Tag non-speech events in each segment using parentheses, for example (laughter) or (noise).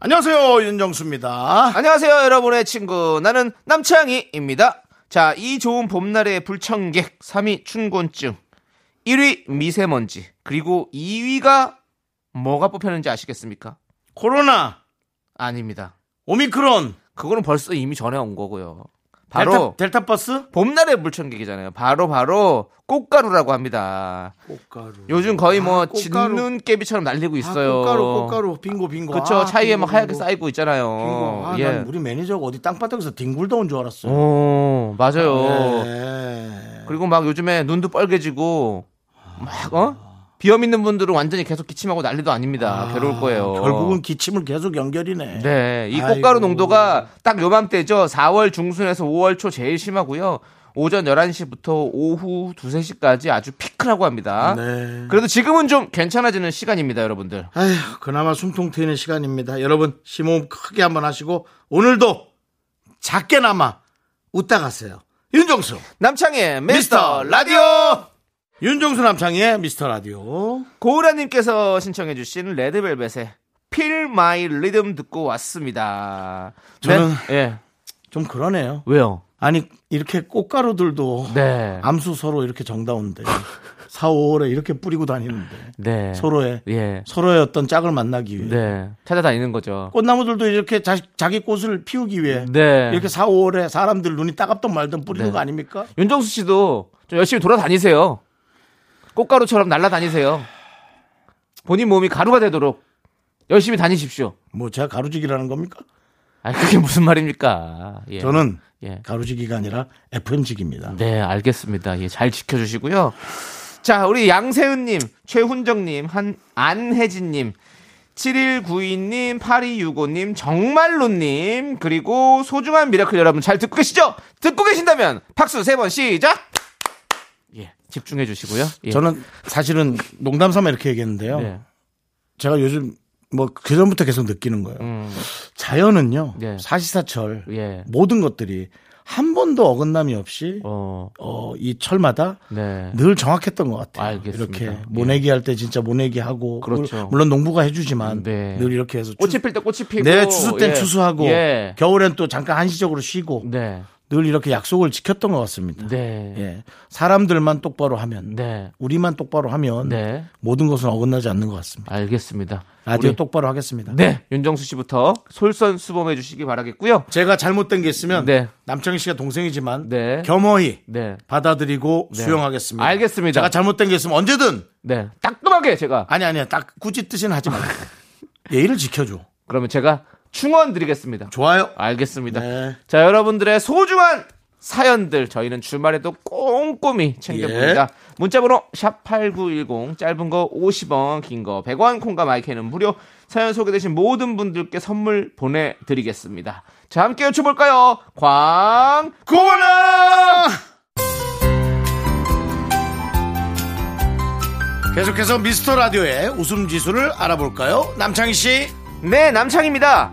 안녕하세요 윤정수입니다. 안녕하세요, 여러분의 친구. 나는 남창희입니다. 자, 이 좋은 봄날의 불청객, 3위 춘곤증, 1위 미세먼지, 그리고 2위가 뭐가 뽑혔는지 아시겠습니까? 코로나, 아닙니다. 오미크론, 그거는 벌써 이미 전에 온 거고요. 델타, 바로 델타 버스, 봄날의 불청객이잖아요. 바로 바로 꽃가루라고 합니다. 꽃가루. 요즘 거의 뭐 아, 꽃가루. 진눈깨비처럼 날리고 있어요. 아, 꽃가루, 꽃가루, 빙고, 빙고. 그쵸 아, 차이에 빙고, 막 하얗게 빙고. 쌓이고 예. 있잖아요. 빙고. 아, 난 우리 매니저가 어디 땅바닥에서 뒹굴다 온 줄 알았어. 오 맞아요. 네. 그리고 막 요즘에 눈도 빨개지고 막 어? 비염 있는 분들은 완전히 계속 기침하고 난리도 아닙니다. 괴로울 거예요. 결국은 기침을 계속 연결이네. 네, 이 아이고. 꽃가루 농도가 딱 요맘때죠. 4월 중순에서 5월 초 제일 심하고요. 오전 11시부터 오후 2, 3시까지 아주 피크라고 합니다. 네. 그래도 지금은 좀 괜찮아지는 시간입니다, 여러분들. 아휴, 그나마 숨통 트이는 시간입니다. 여러분, 심호흡 크게 한번 하시고, 오늘도 작게나마 웃다 가세요. 윤정수, 남창의 미스터 라 라디오! 윤정수 남창희의 미스터 라디오. 고우라님께서 신청해주신 레드벨벳의 Feel My Rhythm 듣고 왔습니다. 저는- 네? 예. 좀 그러네요. 아, 왜요? 아니, 이렇게 꽃가루들도 네. 암수 서로 이렇게 정다운데, 4, 5월에 이렇게 뿌리고 다니는데, 네. 서로의, 예. 서로의 어떤 짝을 만나기 위해. 네. 찾아다니는 거죠. 꽃나무들도 이렇게 자, 자기 꽃을 피우기 위해 네. 이렇게 4, 5월에 사람들 눈이 따갑던 말던 뿌리는 네. 거 아닙니까? 윤정수 씨도 좀 열심히 돌아다니세요. 꽃가루처럼 날아다니세요. 본인 몸이 가루가 되도록 열심히 다니십시오. 뭐 제가 가루지기라는 겁니까? 아 그게 무슨 말입니까? 예. 저는 예. 가루지기가 아니라 FM지기입니다. 네, 알겠습니다. 예, 잘 지켜주시고요. 자, 우리 양세은님, 최훈정님, 한, 안혜진님, 7192님, 8265님, 정말로님, 그리고 소중한 미라클 여러분 잘 듣고 계시죠? 듣고 계신다면 박수 세 번 시작! 예, 집중해 주시고요. 예. 저는 사실은 농담 삼아 이렇게 얘기했는데요. 네. 제가 요즘 뭐 그전부터 계속 느끼는 거예요. 자연은요. 음. 네. 사시사철 예. 모든 것들이 한 번도 어긋남이 없이 어, 어, 이 철마다 네. 늘 정확했던 것 같아요. 알겠습니다. 예. 이렇게 모내기 할 때 진짜 모내기 하고 그렇죠. 물- 물론 농부가 해주지만 네. 늘 이렇게 해서 꽃이 필 때 꽃이 피고. 네 추수 땐 예. 추수하고 예. 겨울엔 또 잠깐 한시적으로 쉬고 네. 늘 이렇게 약속을 지켰던 것 같습니다. 네. 예. 사람들만 똑바로 하면 네. 우리만 똑바로 하면 네. 모든 것은 어긋나지 않는 것 같습니다. 알겠습니다. 라디오 우리- 똑바로 하겠습니다. 네. 윤정수 씨부터 솔선수범해 주시기 바라겠고요. 제가 잘못된 게 있으면 네. 남창희 씨가 동생이지만 네. 겸허히 네. 받아들이고 네. 수용하겠습니다. 알겠습니다. 제가 잘못된 게 있으면 언제든 네. 따끔하게 제가. 아니 아니야 딱 굳이 뜻은 하지 (laughs) 말고 예의를 지켜줘. 그러면 제가 충원 드리겠습니다. 좋아요. 알겠습니다. 네. 자, 여러분들의 소중한 사연들 저희는 주말에도 꼼꼼히 챙겨봅니다. 문자번호 샵8910 짧은 거 50원 긴 거 100원 콩과 마이크는 무료 사연 소개되신 모든 분들께 선물 보내드리겠습니다. 자 함께 외쳐볼까요? 광 고나 계속해서 미스터 라디오의 웃음 지수를 알아볼까요? 남창희 씨. 네, 남창입니다.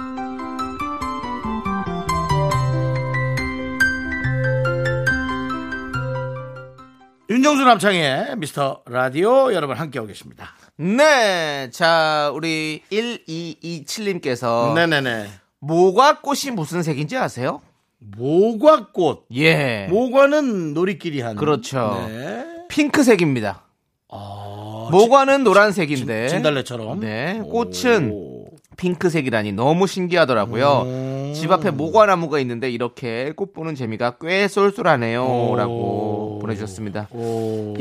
윤정수 남창희의 미스터 라디오 여러분 함께하고 계십니다. 네, 자, 우리 어. 1227님께서 네네네. 모과 꽃이 무슨 색인지 아세요? 모과꽃. 예. 모과는 놀이끼리 하는. 그렇죠. 네. 핑크색입니다. 모과는 노란색인데 아, 진달래처럼. 네, 예. 꽃은 오. 핑크색이라니 너무 신기하더라고요. 음. 집 앞에 모과나무가 있는데 이렇게 꽃 보는 재미가 꽤 쏠쏠하네요. 라고 보내주셨습니다.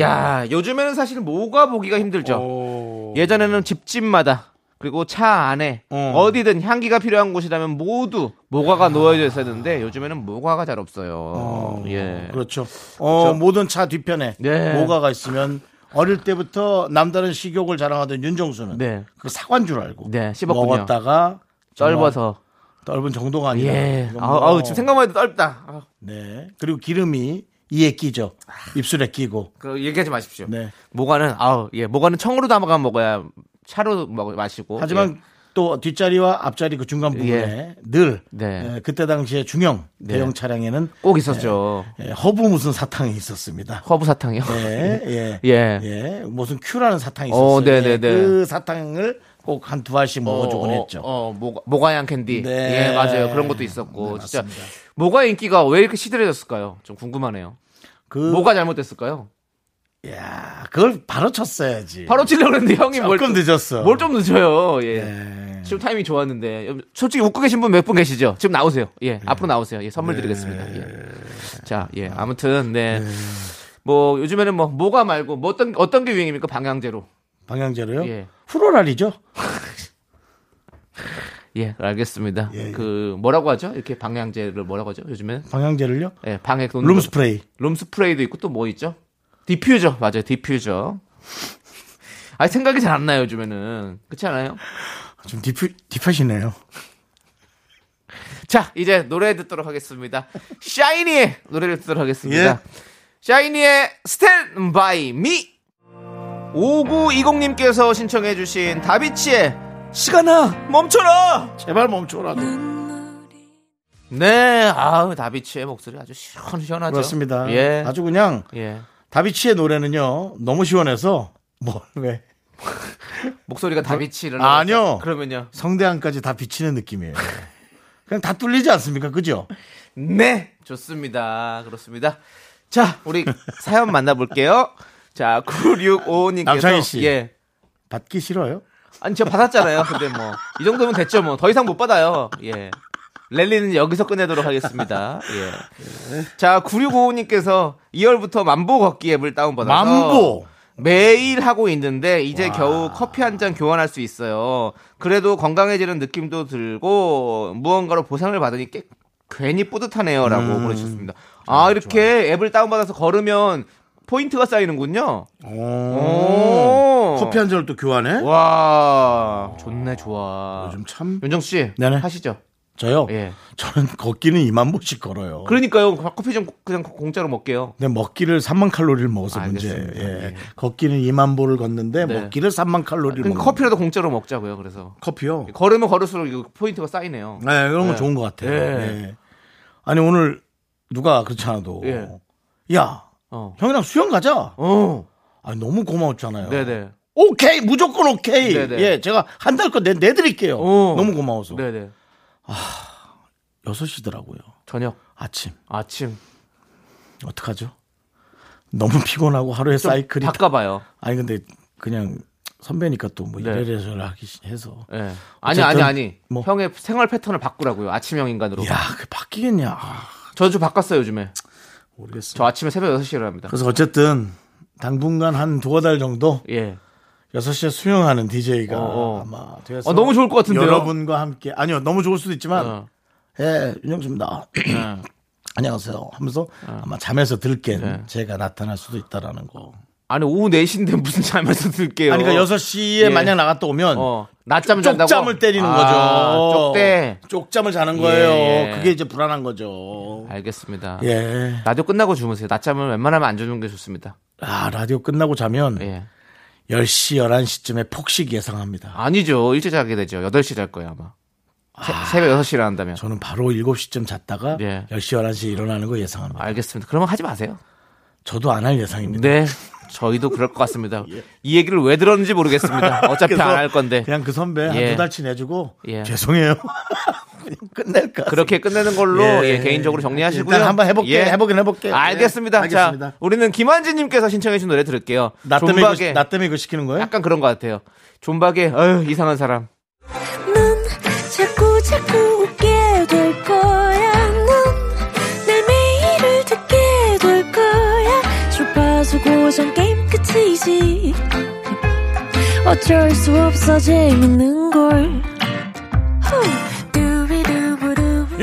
야, 요즘에는 사실 모가 보기가 힘들죠. 예전에는 집집마다 그리고 차 안에 어. 디든 향기가 필요한 곳이라면 모두 모과가 놓여져 있었는데 요즘에는 모과가 잘 없어요. 예. 그렇죠. 어, 모든 차 뒤편에 네. 모가가 있으면 어릴 때부터 남다른 식욕을 자랑하던 윤정수는 네. 그 사과인 줄 알고 네, 씹었군요. 먹었다가 정말 넓어서. 넓은 정도가 아니라 예. 이건 뭐, 아우, 아우, 지금 생각만 해도 떫다. 아, 네. 그리고 기름이 이에 끼죠. 입술에 끼고. 그 얘기하지 마십시오. 네. 모과는 아우, 예. 모과는 청으로 담아가 먹어야 차로 먹 마시고. 하지만 예. 또 뒷자리와 앞자리 그 중간 부분에 예. 늘 네. 예, 그때 당시에 중형 대형 차량에는 꼭 있었죠. 예, 허브 무슨 사탕이 있었습니다. 허브 사탕이요. 예, 예, (laughs) 예. 예, 무슨 큐라는 사탕이 있었어요. 어, 예, 네네네. 그 사탕을 꼭 한 두 알씩 먹어주곤 어, 어, 했죠. 어, 모가, 모가향 캔디. 네. 예, 맞아요. 그런 것도 있었고. 네, 진짜 맞습니다. 모가 인기가 왜 이렇게 시들해졌을까요? 좀 궁금하네요. 그, 뭐가 잘못됐을까요? 야, 그걸 바로 쳤어야지. 바로 치려고 했는데 형이 뭘 조금 늦었어. 뭘 좀 늦어요. 예. 예. 지금 타이밍 좋았는데 솔직히 웃고 계신 분 몇 분 계시죠? 지금 나오세요. 예, 네. 앞으로 나오세요. 예, 선물 드리겠습니다. 예. 자, 예, 아무튼 네. 뭐 요즘에는 뭐 뭐가 말고 뭐 어떤 어떤 게 유행입니까? 방향제로. 방향제로요? 예. 후로랄이죠. 예, 알겠습니다. 예, 예. 그 뭐라고 하죠? 이렇게 방향제를 뭐라고 하죠? 요즘에는 방향제를요? 예, 방액 돈 룸스프레이. 룸스프레이도 있고 또 뭐 있죠? 디퓨저 맞아요, 디퓨저. (laughs) 아 생각이 잘 안 나요 요즘에는 그렇지 않아요? 좀 딥, 딥하시네요. 자, 이제 노래 듣도록 하겠습니다. 샤이니의 노래를 듣도록 하겠습니다. 예. 샤이니의 Stand By Me. 5920님께서 신청해주신 다비치의 시간아 멈춰라. 제발 멈춰라도. 네, 아 다비치의 목소리 아주 시원시원하죠. 그렇습니다. 예, 아주 그냥 예, 다비치의 노래는요. 너무 시원해서 뭘 (laughs) 왜? 목소리가 다비치를 아니요. 그러면요. 성대안까지 다 비치는 느낌이에요. 그냥 다 뚫리지 않습니까? 그죠? 네, 좋습니다. 그렇습니다. 자, 우리 사연 만나볼게요. 자, 9655님께서 남창희 씨. 예, 받기 싫어요? 아니 제가 받았잖아요. 근데 뭐 이 정도면 됐죠. 뭐 더 이상 못 받아요. 예. 랠리는 여기서 끝내도록 하겠습니다. 예. 자, 9655님께서 2월부터 만보 걷기 앱을 다운받아서 만보. 매일 하고 있는데 이제 겨우 커피 한 잔 교환할 수 있어요. 그래도 건강해지는 느낌도 들고 무언가로 보상을 받으니 꽤, 괜히 뿌듯하네요라고 음. 보내주셨습니다. 아 이렇게 앱을 다운받아서 걸으면 포인트가 쌓이는군요. 오. 음. 커피 한 잔을 또 교환해? 와 좋네 좋아. 요즘 참. 윤정수 씨 네네. 하시죠. 저요? 예. 저는 걷기는 2만 보씩 걸어요. 그러니까요 커피 좀 그냥 공짜로 먹게요. 근데 먹기를 3만 칼로리를 먹어서 알겠습니다. 문제예요. 예. 예. 걷기는 2만 보를 걷는데 네. 먹기를 3만 칼로리를 그러니까 먹는 커피라도 공짜로 먹자고요. 그래서 커피요. 걸으면 걸을수록 이거 포인트가 쌓이네요. 어. 네, 그런 건 예. 좋은 것 같아요. 예. 예. 아니 오늘 누가 그렇지 않아도 예. 야 어. 형이랑 수영 가자. 어. 아 너무 고마웠잖아요. 네네. 오케이 무조건 오케이. 네네. 예, 제가 한 달 거 내드릴게요. 어. 너무 고마워서 네네. 6시더라고요. 저녁 아침 아침 어떡하죠? 너무 (laughs) 피곤하고 하루에 사이클이 다- 바꿔봐요. 아니 근데 그냥 선배니까 또 뭐 네. 이래저래 하기 시- 해서 예. 아니 아니 아니. 뭐. 형의 생활 패턴을 바꾸라고요. 아침형 인간으로. 야, 그 바뀌겠냐? 아, 저도 좀 바꿨어요 요즘에. 모르겠어. 저 아침에 새벽 6 시에 일어납니다. 그래서 어쨌든 당분간 한 두어 달 정도 예. 6시에 수영하는 DJ가 어, 어. 아마 되어서 어, 너무 좋을 것 같은데요? 여러분과 함께 아니요, 너무 좋을 수도 있지만 어. 예, 윤정수입니다. (clears throat) 안녕하세요. 하면서 아마 잠에서 들깬 네. 제가 나타날 수도 있다라는 거. 아니 오후 4시인데 무슨 잠에서 들게요. 아니, 그러니까 6시에 예. 만약 나갔다 오면 어. 낮잠 잔다고. 음. 쪽잠을 때리는 아, 거죠. 쪽대. 쪽잠을 자는 거예요. 예. 그게 이제 불안한 거죠. 알겠습니다. 어. 예. 라디오 끝나고 주무세요. 낮잠을 웬만하면 안 주는 게 좋습니다. 아, 라디오 끝나고 자면 예. 10시, 11시쯤에 폭식 예상합니다. 아니죠. 일찍 자게 되죠. 8시 잘 거예요, 아마. 새, 새벽 6시 일어난다면. 저는 바로 7시쯤 잤다가 예. 10시, 11시에 일어나는 거 예상합니다. 알겠습니다. 그러면 하지 마세요. 저도 안 할 예상입니다. 예. 네. 저희도 그럴 것 (laughs) 같습니다. 이 얘기를 왜 들었는지 모르겠습니다. 어차피 그래서 안 할 건데. 그냥 그 선배 한 예. 두 달치 내주고 예. 죄송해요. (laughs) 그냥 끝낼까? 그렇게 끝내는 걸로 예. 예, 개인적으로 정리하시고요. 예. 일단 한번 해볼게. 해보긴 해볼게요. 알겠습니다. 네, 알겠습니다. 자, 우리는 김한진님께서 신청해주신 노래 들을게요. 나 때문에 존박의 이거, 나 때문에 이거 시키는 거예요? 약간 그런 것 같아요. 존박의 어휴, 이상한 사람. 넌 자꾸 자꾸 웃게 될 거야. 넌내 매일을 듣게 될 거야. 주파수 고정 게임 끝이지. 어쩔 수 없어 재밌는 걸. 후. 두비두부두부.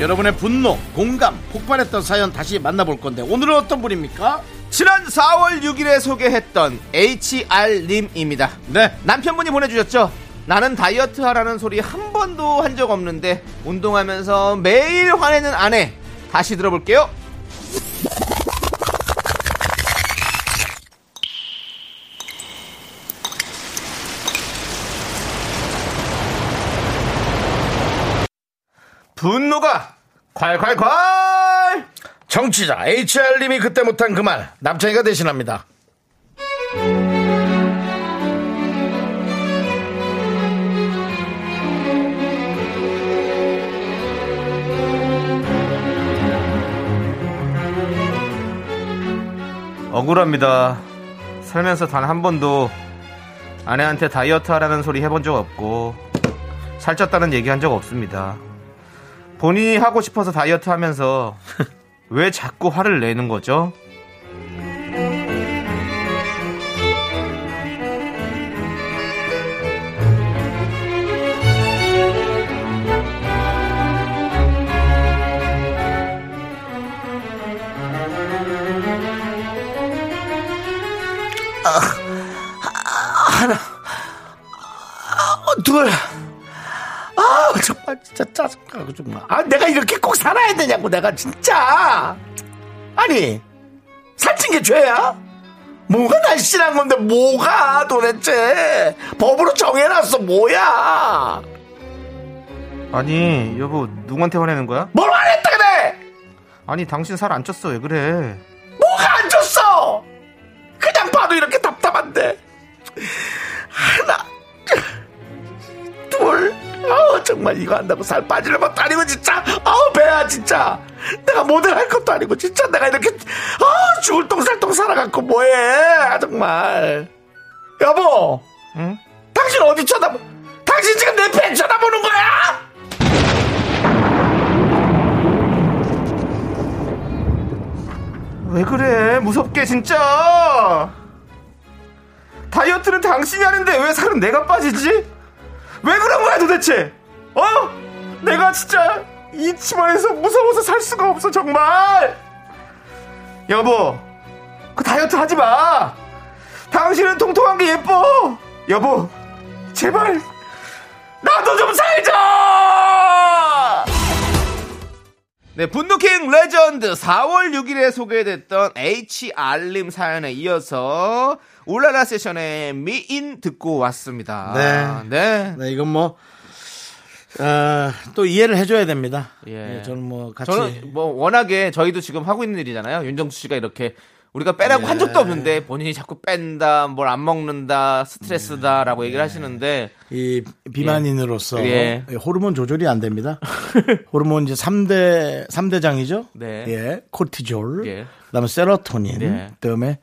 여러분의 분노, 공감, 폭발했던 사연 다시 만나볼 건데 오늘은 어떤 분입니까? 지난 4월 6일에 소개했던 HR님입니다. 네. 남편분이 보내주셨죠? 나는 다이어트 하라는 소리 한 번도 한 적 없는데 운동하면서 매일 화내는 아내 다시 들어볼게요. 분노가 콸콸콸! 정치자 HR님이 그때 못한 그 말 남창희가 대신합니다. 억울합니다. 살면서 단 한 번도 아내한테 다이어트 하라는 소리 해본 적 없고 살쪘다는 얘기 한 적 없습니다. 본인이 하고 싶어서 다이어트 하면서 왜 자꾸 화를 내는 거죠? 둘. 아, 정말 진짜 짜증나고 정말. 아, 내가 이렇게 꼭 살아야 되냐고 내가 진짜. 아니, 살찐 게 죄야? 뭐가 날씬한 건데 뭐가 도대체 법으로 정해놨어 뭐야? 아니 여보 누구한테 화내는 거야? 뭘 안 했다 그래? 아니 당신 살 안 쪘어 왜 그래? 뭐가 안 줬어? 그냥 봐도 이렇게 답답한데. 하나, 둘, 아우, 정말 이거 한다고 살 빠지는 것도 아니고, 진짜. 아우, 배야, 진짜. 내가 모델 할 것도 아니고, 진짜 내가 이렇게, 아우, 죽을 똥살똥 살아갖고 뭐해. 아, 정말. 여보. 응? 당신 어디 쳐다보, 당신 지금 내 팬 쳐다보는 거야? 왜 그래 무섭게 진짜 다이어트는 당신이 하는데 왜 살은 내가 빠지지 왜 그런 거야 도대체 어 내가 진짜 이 집안에서 무서워서 살 수가 없어 정말 여보 그 다이어트 하지 마 당신은 통통한 게 예뻐 여보 제발 나도 좀 살자 네, 분노킹 레전드 4월 6일에 소개됐던 HR님 사연에 이어서 울라라 세션의 미인 듣고 왔습니다. 네. 네, 이건 뭐, 어, 또 이해를 해줘야 됩니다. 예. 예, 저는 뭐 같이. 저는 뭐 워낙에 저희도 지금 하고 있는 일이잖아요. 윤정수 씨가 이렇게 우리가 빼라고 한 네. 적도 없는데 본인이 자꾸 뺀다, 뭘 안 먹는다, 네. 스트레스다라고 얘기를 하시는데 이 비만인으로서 예. 호르몬 조절이 (laughs) 안 됩니다. 호르몬 이제 삼대삼대장이죠 네. 예. 코티졸. 예. 그다음에 세로토닌. 네. 그다음에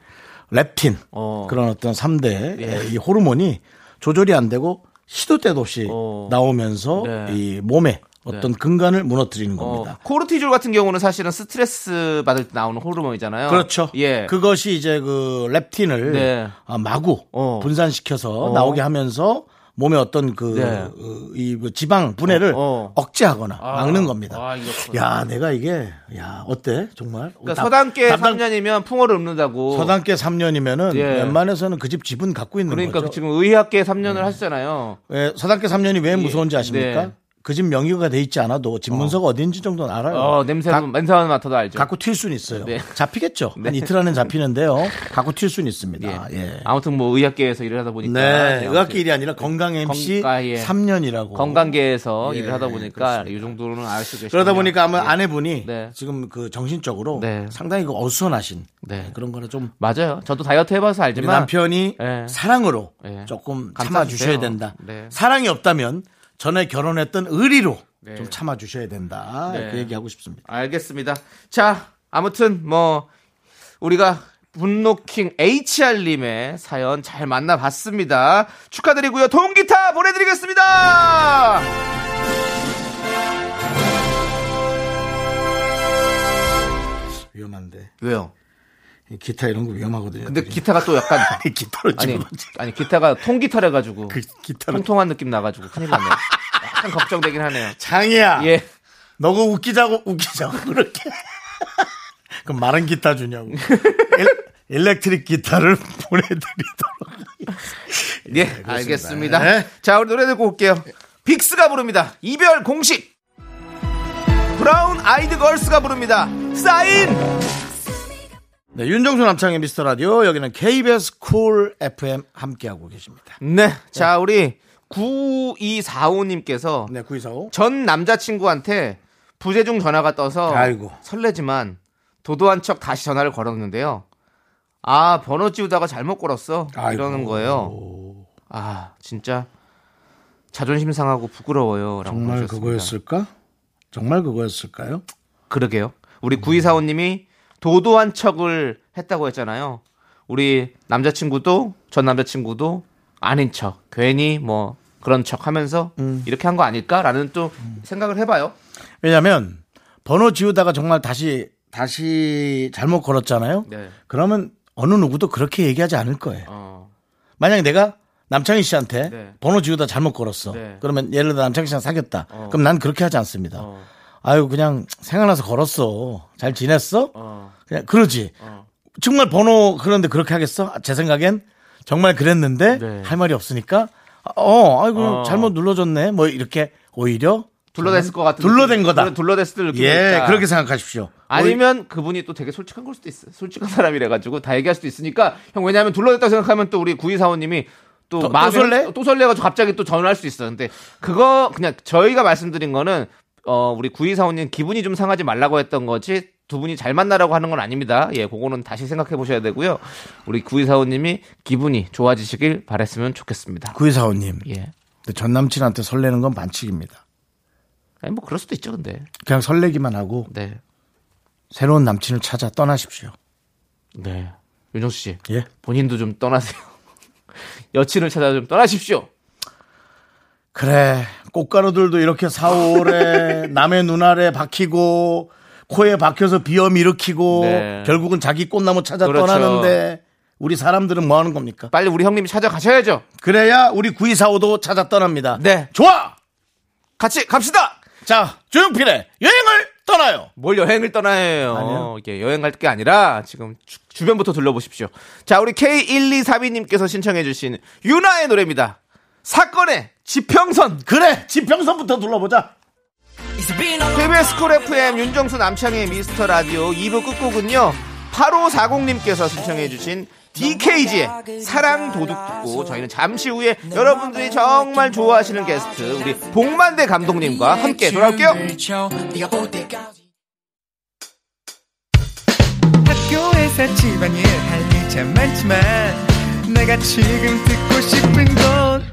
렙틴. 어. 예. 그런 어떤 삼대 예, 이 호르몬이 조절이 안 되고 시도 때도 없이 어. 나오면서 네. 이 몸에 어떤 근간을 무너뜨리는 어, 겁니다. 코르티졸 같은 경우는 사실은 스트레스 받을 때 나오는 호르몬이잖아요. 그렇죠. 예. 그것이 이제 그 렙틴을 네. 아, 마구 어. 분산시켜서 나오게 하면서 몸에 어떤 그, 네. 어, 이그 지방 분해를 어, 어. 억제하거나 아, 막는 겁니다. 그러니까 아, 이렇구나. 야, 내가 이게 야 어때 정말? 그러니까 서당계 담당- 3년이면 풍어를 읊는다고. 서당계 3년이면은 예. 웬만해서는 그 집 지분 갖고 있는 그러니까 거죠. 네. 지금 의학계 3년을 하시잖아요. 예, 서당계 3년이 왜 무서운지 아십니까? 예. 네. 그 집 명의가 돼 있지 않아도 집 문서가 어. 딘지 정도는 알아요. 어, 냄새 가- 냄새만 맡아도 알죠. 갖고 튈 수는 있어요. 네. 잡히겠죠. 네. 한 이틀 안에 잡히는데요. 갖고 튈 수는 예. 있습니다. 예. 아무튼 뭐 의학계에서 일을 하다 보니까 네, 네, 의학계 아무튼 일이 아니라 건강 MC 건가, 예. 3년이라고. 건강계에서 예, 일을 하다 보니까 이 정도로는 알수 계시죠. 그러다 보니까 아마 아내분이 네. 지금 그 정신적으로 네. 상당히 그 어수선하신 네. 그런 거는 좀 맞아요. 저도 다이어트 해봐서 우리 알지만 남편이 예. 사랑으로 예. 조금 참아 감싸주세요. 주셔야 된다. 네. 사랑이 없다면 전에 결혼했던 의리로 네. 좀 참아 주셔야 된다. 네. 그 얘기하고 싶습니다. 알겠습니다. 자, 아무튼 뭐 우리가 분노킹 HR님의 사연 잘 만나봤습니다. 축하드리고요. 통기타 보내드리겠습니다. 위험한데 왜요? 이 기타 이런 거 위험하거든요. 근데 기타가 또 약간 이 (laughs) 기타로 아니 지금 아니 기타가 통기타래 가지고 그 기타로 통통한 느낌 나가지고 큰일 났네. 약간 걱정되긴 하네요. 장이야. 예. 너가 웃기자고 웃기자고 그렇게 (laughs) 그럼 마른 기타 주냐고 엘- 일렉트릭 기타를 (laughs) 보내드리도록 예, 알겠습니다. 네. 자, 우리 노래 듣고 올게요. 빅스가 부릅니다. 이별 공식. 브라운 아이드 걸스가 부릅니다. 사인. 네, 윤정수 남창의 미스터라디오 여기는 KBS 쿨 FM 함께하고 계십니다 네. 자, 우리 9245님께서 네 구이사오 전 남자친구한테 부재중 전화가 떠서 아이고. 설레지만 도도한 척 다시 전화를 걸었는데요. 아, 번호 찌우다가 잘못 걸었어. 이러는 거예요. 아, 진짜 자존심 상하고 부끄러워요. 라고 정말 그러셨습니다. 그거였을까? 정말 그거였을까요? 그러게요. 우리 구이사오님이 도도한 척을 했다고 했잖아요. 우리 남자친구도 전 남자친구도 아닌 척 괜히 뭐 그런 척하면서 음. 이렇게 한 거 아닐까라는 또 생각을 해봐요. 왜냐면 번호 지우다가 정말 다시 다시 잘못 걸었잖아요 네. 그러면 어느 누구도 그렇게 얘기하지 않을 거예요 어, 만약에 내가 남창희 씨한테 네. 번호 지우다 잘못 걸었어. 네. 그러면 예를 들어 남창희 씨랑 사귀었다. 그럼 난 그렇게 하지 않습니다. 어. 아유 그냥 생각나서 걸었어. 잘 지냈어? 어. 그냥 그러지. 정말 번호 그런데 그렇게 하겠어? 아, 제 생각엔 정말 그랬는데 네. 할 말이 없으니까 어 아이고 어. 잘못 눌러줬네. 뭐 이렇게 오히려 둘러댔을 것 같은 둘러댄 느낌. 거다. 둘러- 둘러댔을 때 느낌이 예 있다. 그렇게 생각하십시오. 아니면 그분이 또 되게 솔직한 걸 수도 있어. 요 솔직한 사람이라 가지고 다 얘기할 수도 있으니까 형 왜냐하면 둘러댔다 고 생각하면 또 우리 구이사원님이 또, 또 마음에- 설레? 또 설레가지고 갑자기 또 전화할 수 있어. 근데 그거 그냥 저희가 말씀드린 거는 어 우리 구이사원님 기분이 좀 상하지 말라고 했던 거지 두 분이 잘 만나라고 하는 건 아닙니다. 예, 그거는 다시 생각해 보셔야 되고요. 우리 구이사원님이 기분이 좋아지시길 바랬으면 좋겠습니다. 구이사오님, 예, 근데 전 남친한테 설레는 건 반칙입니다. 아니 뭐 그럴 수도 있죠, 근데 그냥 설레기만 하고 네, 새로운 남친을 찾아 떠나십시오. 네, 윤정수 씨. 예. 본인도 좀 떠나세요. (laughs) 여친을 찾아 좀 떠나십시오. 그래 꽃가루들도 (laughs) 이렇게 4월에 남의 눈 아래 박히고 코에 박혀서 비염 일으키고 네. 결국은 자기 꽃나무 찾아 그렇죠. 떠나는데 우리 사람들은 뭐 하는 겁니까? 빨리 우리 형님이 찾아가셔야죠. 그래야 우리 9245도 찾아 떠납니다. 네. 좋아! 같이 갑시다. 자, 조용필의 여행을 떠나요! 뭘 여행을 떠나요. 아니요. 이게 여행 갈 게 아니라 지금 주, 변부터 둘러보십시오. 자, 우리 K1232님께서 신청해주신 유나의 노래입니다. 사건의 지평선. 그래! 지평선부터 둘러보자! KBS 쿨 FM 윤정수 남창의 미스터 라디오 2부 끝곡은요. 8540님께서 신청해주신 DKG의 사랑 도둑 듣고 저희는 잠시 후에 여러분들이 정말 좋아하시는 게스트 우리 복만대 감독님과 함께 돌아올게요. 학교에서 집안일 할 일 참 많지만 내가 지금 듣고 싶은 건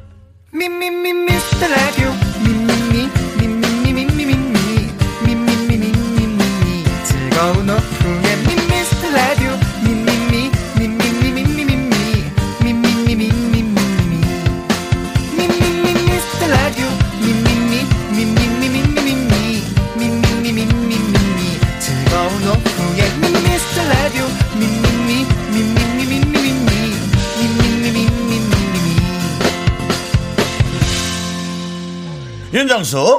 미미미 미스터 라디오 미미미 미미미 미미미 미미미 미미미 즐거운 오후에 미스터 라디오 미미미 미미미 미미미 미미미 미미미 윤정수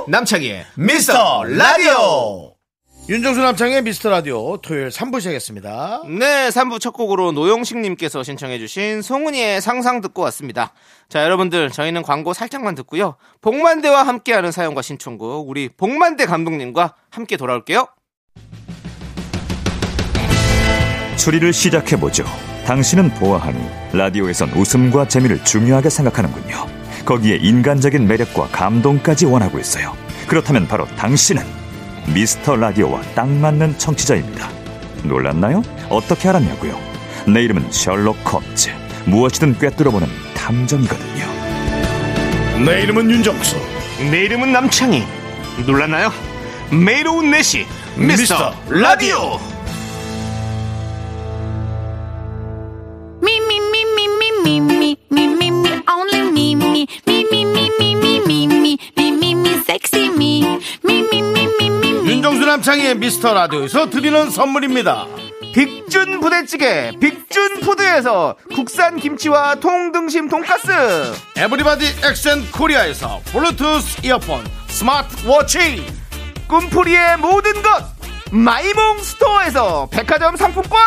남창희의 미스터 라디오 어. 윤정수 남창의 미스터 라디오 토요일 3부 시작했습니다. 네, 3부 첫 곡으로 노용식님께서 신청해주신 송은이의 상상 듣고 왔습니다. 자, 여러분들, 저희는 광고 살짝만 듣고요. 복만대와 함께하는 사연과 신청곡, 우리 복만대 감독님과 함께 돌아올게요. 추리를 시작해보죠. 당신은 보아하니 라디오에선 웃음과 재미를 중요하게 생각하는군요. 거기에 인간적인 매력과 감동까지 원하고 있어요. 그렇다면 바로 당신은 미스터 라디오와 딱 맞는 청취자입니다. 놀랐나요? 어떻게 알았냐고요? 내 이름은 셜록 홈즈. 무엇이든 꿰뚫어보는 탐정이거든요. 내 이름은 윤정수. 내 이름은 남창희. 놀랐나요? 매일 오후 4시 미스터 라디오. Me, me, me, me, me, me, me, me, me, me, only me, me, me, me, me, me, me, me, me, me, me, me, sexy me, me, me, me, me, me, me. 윤정수 남창의 미스터 라디오에서 드리는 선물입니다. 빅준 부대찌개, 빅준 푸드에서 국산 김치와 통등심 돈가스, 에브리바디 엑센 코리아에서 블루투스 이어폰, 스마트 워치, 꿈풀이의 모든 것, 마이몽 스토어에서 백화점 상품권,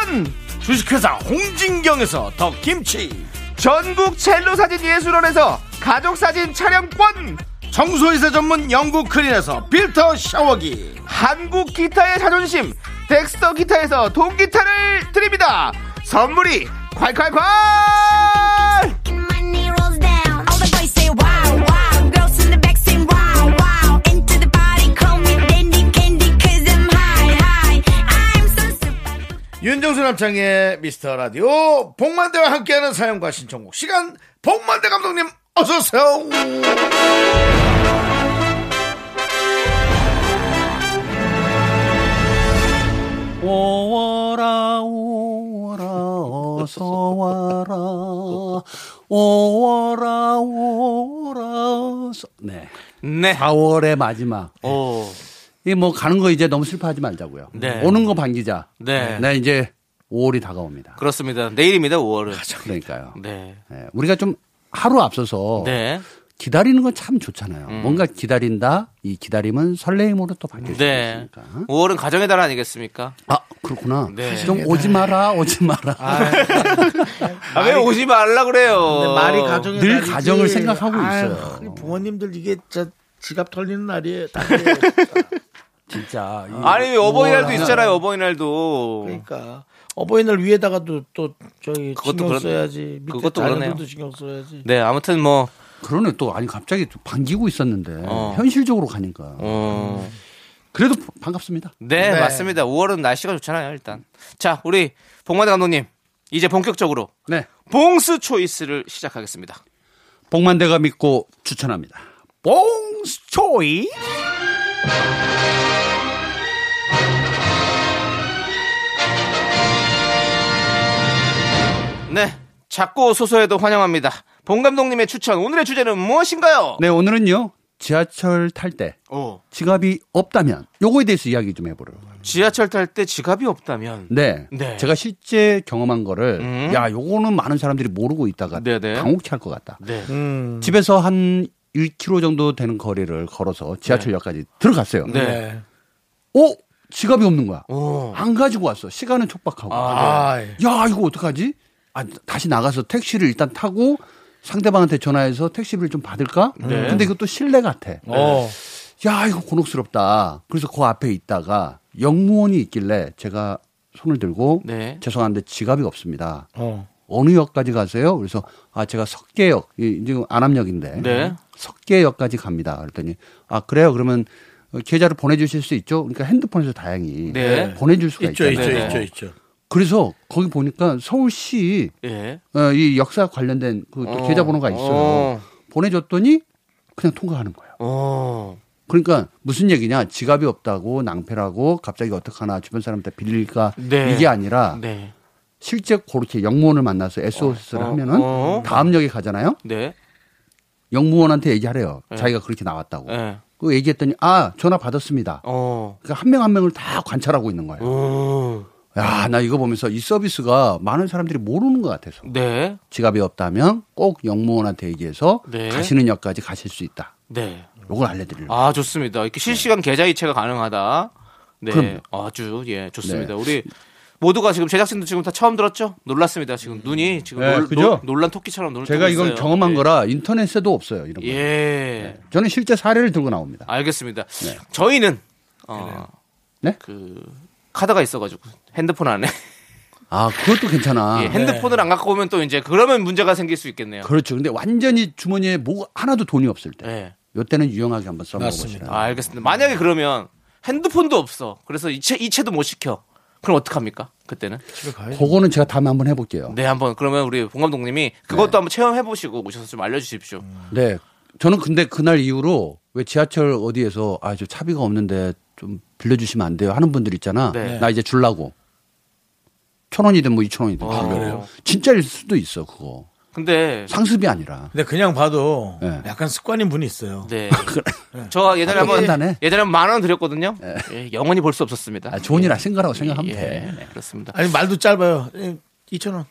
주식회사 홍진경에서 더 김치, 전국 첼로 사진 예술원에서 가족 사진 촬영권, 청소이사 전문 영국 크린에서 필터 샤워기, 한국 기타의 자존심 덱스터 기타에서 동기타를 드립니다 선물이 콸콸콸 Money rolls down. All the boys say wow, wow. Girls in the back say wow, wow. Into the party, call me dandy candy, cause I'm high, high. I'm so super. 윤정수 남창의 미스터 라디오 복만대와 함께하는 사연과 신청곡 시간 복만대 감독님 어서 오세요. 네, 오워라 오워라 어서 와라 오워라 오워라 어서 네 네 4월의 마지막 오, 이 뭐 가는 거 이제 너무 슬퍼하지 말자고요 네. 오는 거 반기자 네. 네 이제 5월이 다가옵니다 그렇습니다 내일입니다 5월은 그러니까요 네. 네, 우리가 좀 하루 앞서서 네. 음. 기다리는 건 참 좋잖아요 뭔가 기다린다 이 기다림은 설레임으로 또 바뀔 수 네. 있으니까 5월은 가정의 달 아니겠습니까? 아 그렇구나 네. 좀 오지 마라 오지 마라 아, 왜 오지 말라 그래요? 말이 가정의 늘 날이지. 가정을 생각하고 아유, 있어요. 부모님들 이게 진짜 지갑 털리는 날이에요. 다 (laughs) 진짜. 이- 아니, 어버이날도 우와. 있잖아요, 어버이날도. 그러니까 어버이날 위에다가도 또 저희 그것도 신경 그렇- 써야지. 밑에 그것도 다른 그러네요. 분도 신경 써야지. 네, 아무튼 뭐, 그러네 또 아니 갑자기 또 반기고 있었는데 어. 현실적으로 가니까. 어, 그래도 반갑습니다. 네, 맞습니다. 5월은 날씨가 좋잖아요, 일단. 자, 우리 봉마대 감독님, 이제 본격적으로 네. 봉스 초이스를 시작하겠습니다. 복만대가 믿고 추천합니다. 봉스초이. 네. 작고 소소해도 환영합니다. 봉 감독님의 추천 오늘의 주제는 무엇인가요? 네 오늘은요 지하철 탈 때 어. 지갑이 없다면 요거에 대해서 이야기 좀 해보려고. 해요. 지하철 탈 때 지갑이 없다면 네. 네. 제가 실제 경험한 거를 음. 야 요거는 많은 사람들이 모르고 있다가 네네. 당혹치 할것 같다. 네. 음. 집에서 한 1km 정도 되는 거리를 걸어서 지하철역까지 들어갔어요. 네. 오 지갑이 없는 거야. 오. 안 가지고 왔어. 시간은 촉박하고. 아, 네. 야, 이거 어떡하지? 아, 다시 나가서 택시를 일단 타고 상대방한테 전화해서 택시비를 좀 받을까? 네. 근데 이것도 실내 같아. 어. 야, 이거 곤혹스럽다. 그래서 그 앞에 있다가 영무원이 있길래 제가 손을 들고 네. 죄송한데 지갑이 없습니다. 어. 어느 역까지 가세요? 그래서 아 제가 석계역 이 지금 안암역인데 네. 석계역까지 갑니다. 그랬더니 아 그래요? 그러면 어, 계좌로 보내주실 수 있죠? 그러니까 핸드폰에서 다행히 네. 보내줄 수가 있죠, 있죠, 있잖아요. 있죠, 있죠. 그래서 거기 보니까 서울시 예. 어, 이 역사 관련된 그 어. 계좌번호가 있어요. 어. 보내줬더니 그냥 통과하는 거예요. 어. 그러니까 무슨 얘기냐? 지갑이 없다고 낭패라고 갑자기 어떡하나 주변 사람한테 빌릴까 네. 이게 아니라 네. 실제 그렇게 영무원을 만나서 SOS를 어, 하면은 어. 다음 역에 가잖아요. 네. 영무원한테 얘기하래요. 자기가 그렇게 나왔다고. 예. 그 얘기했더니 아 전화 받았습니다. 어. 그러니까 한 명 한 명을 다 관찰하고 있는 거예요. 어. 야 나 이거 보면서 이 서비스가 많은 사람들이 모르는 것 같아서 네. 지갑이 없다면 꼭 영무원한테 얘기해서 네. 가시는 역까지 가실 수 있다. 네. 요걸 알려드리려고. 아, 좋습니다. 이렇게 실시간 계좌 이체가 가능하다. 네, 네. 그럼요. 아주 예 좋습니다. 네. 우리 모두가 지금 제작진도 지금 다 처음 들었죠? 놀랐습니다. 지금 눈이 지금 네, 놀, 그죠? 놀, 란 토끼처럼 놀. 제가 뜨고 이건 있어요. 경험한 네. 예. 거라 인터넷에도 없어요. 이런 거. 예, 저는 실제 사례를 들고 나옵니다. 알겠습니다. 저희는 어, 네? 그 카드가 있어가지고 핸드폰 안에 아, 그것도 괜찮아. 예, 핸드폰을 안 갖고 오면 또 이제 그러면 문제가 생길 수 있겠네요. 그렇죠. 근데 완전히 주머니에 뭐 하나도 돈이 없을 때. 예. 요때는 유용하게 한번 써먹어보시라. 아, 알겠습니다. 만약에 그러면 핸드폰도 없어. 그래서 이체 이체도 못 시켜. 그럼 어떡합니까? 그때는 그거는 제가 다음에 한번 해볼게요. 네 한번 그러면 우리 봉 감독님이 그것도 한번 체험해 보시고 오셔서 좀 알려주십시오. 네. 저는 근데 그날 이후로 왜 지하철 어디에서 아, 저 차비가 없는데 좀 빌려주시면 안 돼요 하는 분들 있잖아. 네. 나 이제 줄라고. 천 원이든 뭐 이천 원이든. 아, 주려고. 그래요? 진짜일 수도 있어, 그거. 근데 상습이 아니라. 근데 그냥 봐도 네. 약간 습관인 분이 있어요. (laughs) 네. 저 예전에 아, 한번 판단해? 예전에 만 원 드렸거든요. 예, 영원히 볼 수 없었습니다. 아, 좋은 일 아신 거라고 생각하면 예, 돼. 예, 그렇습니다. 아니 말도 짧아요. 2천 원.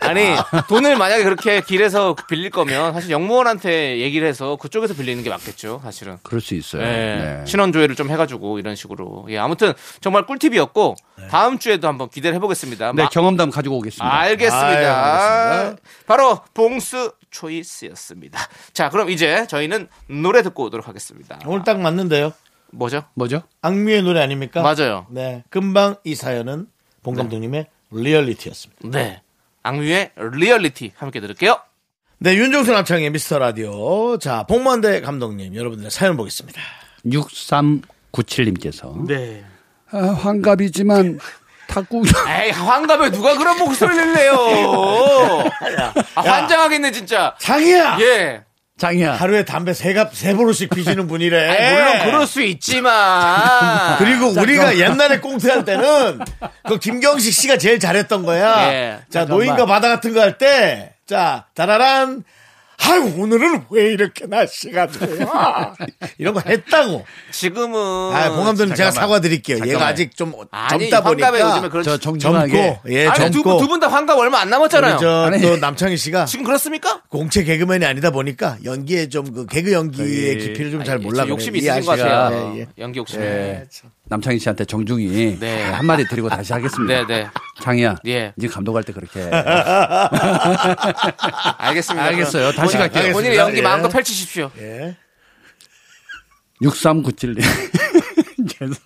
아니 돈을 만약에 그렇게 길에서 빌릴 거면 사실 영무원한테 얘기를 해서 그쪽에서 빌리는 게 맞겠죠, 사실은. 그럴 수 있어요. 예, 네. 신원 조회를 좀 해가지고 이런 식으로 예 아무튼 정말 꿀팁이었고 다음 주에도 한번 기대를 해보겠습니다. 네, 마- 경험담 가지고 오겠습니다. 아, 예, 알겠습니다. 아, 바로 봉스 초이스였습니다. 자 그럼 이제 저희는 노래 듣고 오도록 하겠습니다. 오늘 딱 맞는데요. 뭐죠? 뭐죠? 악뮤의 노래 아닙니까? 맞아요. 네. 금방 이 사연은 봉 감독님의 리얼리티였습니다. 네 악뮤의 리얼리티 함께 들을게요. 네, 윤종수 남창의 미스터 라디오. 자, 봉만대 감독님 여러분들의 사연 보겠습니다. 6397님께서 네. 아, 환갑이지만 탁구 에이 환갑에 누가 그런 목소리를 내요? 아, 환장하겠네 진짜. 장이야. 예. 장이야 하루에 담배 세갑 세 보루씩 피시는 분이래. 아니, 물론 그럴 수 있지만 예. (laughs) 그리고 우리가 옛날에 꽁트할 때는 그 김경식 씨가 제일 잘했던 거야. 예. 자, 노인과 바다 같은 거 할 때, 자, 다라란, 아유, 오늘은 왜 이렇게 날씨가 좋아. 이런 거 했다고. 지금은 아, 봉감독님 제가 잠깐만. 사과드릴게요. 얘가 잠깐만. 아직 좀 아니 젊다 환갑에 보니까. 요즘에 그런 저 젊고, 정중하게 예, 아니 젊고. 두분 다 환갑 얼마 안 남았잖아요. 저 아니. 또 남창희 씨가 지금 그렇습니까? 공채 개그맨이 아니다 보니까 연기에 좀 그 개그 연기의 깊이를 좀 잘 예, 몰라. 저 욕심이 그래요. 이 있으신 것 아저씨가. 같아요. 예, 예. 연기 욕심이. 예, 남창희 씨한테 정중히 네. 한마디 드리고 다시 하겠습니다. 네, 네. 장이야. 예. 네 감독할 때 (laughs) 그렇게 (laughs) 알겠습니다. 알겠어요. 다시 본인- 갈게요. 본인의 알겠습니다. 연기 예. 마음껏 펼치십시오. (laughs) 6397님께서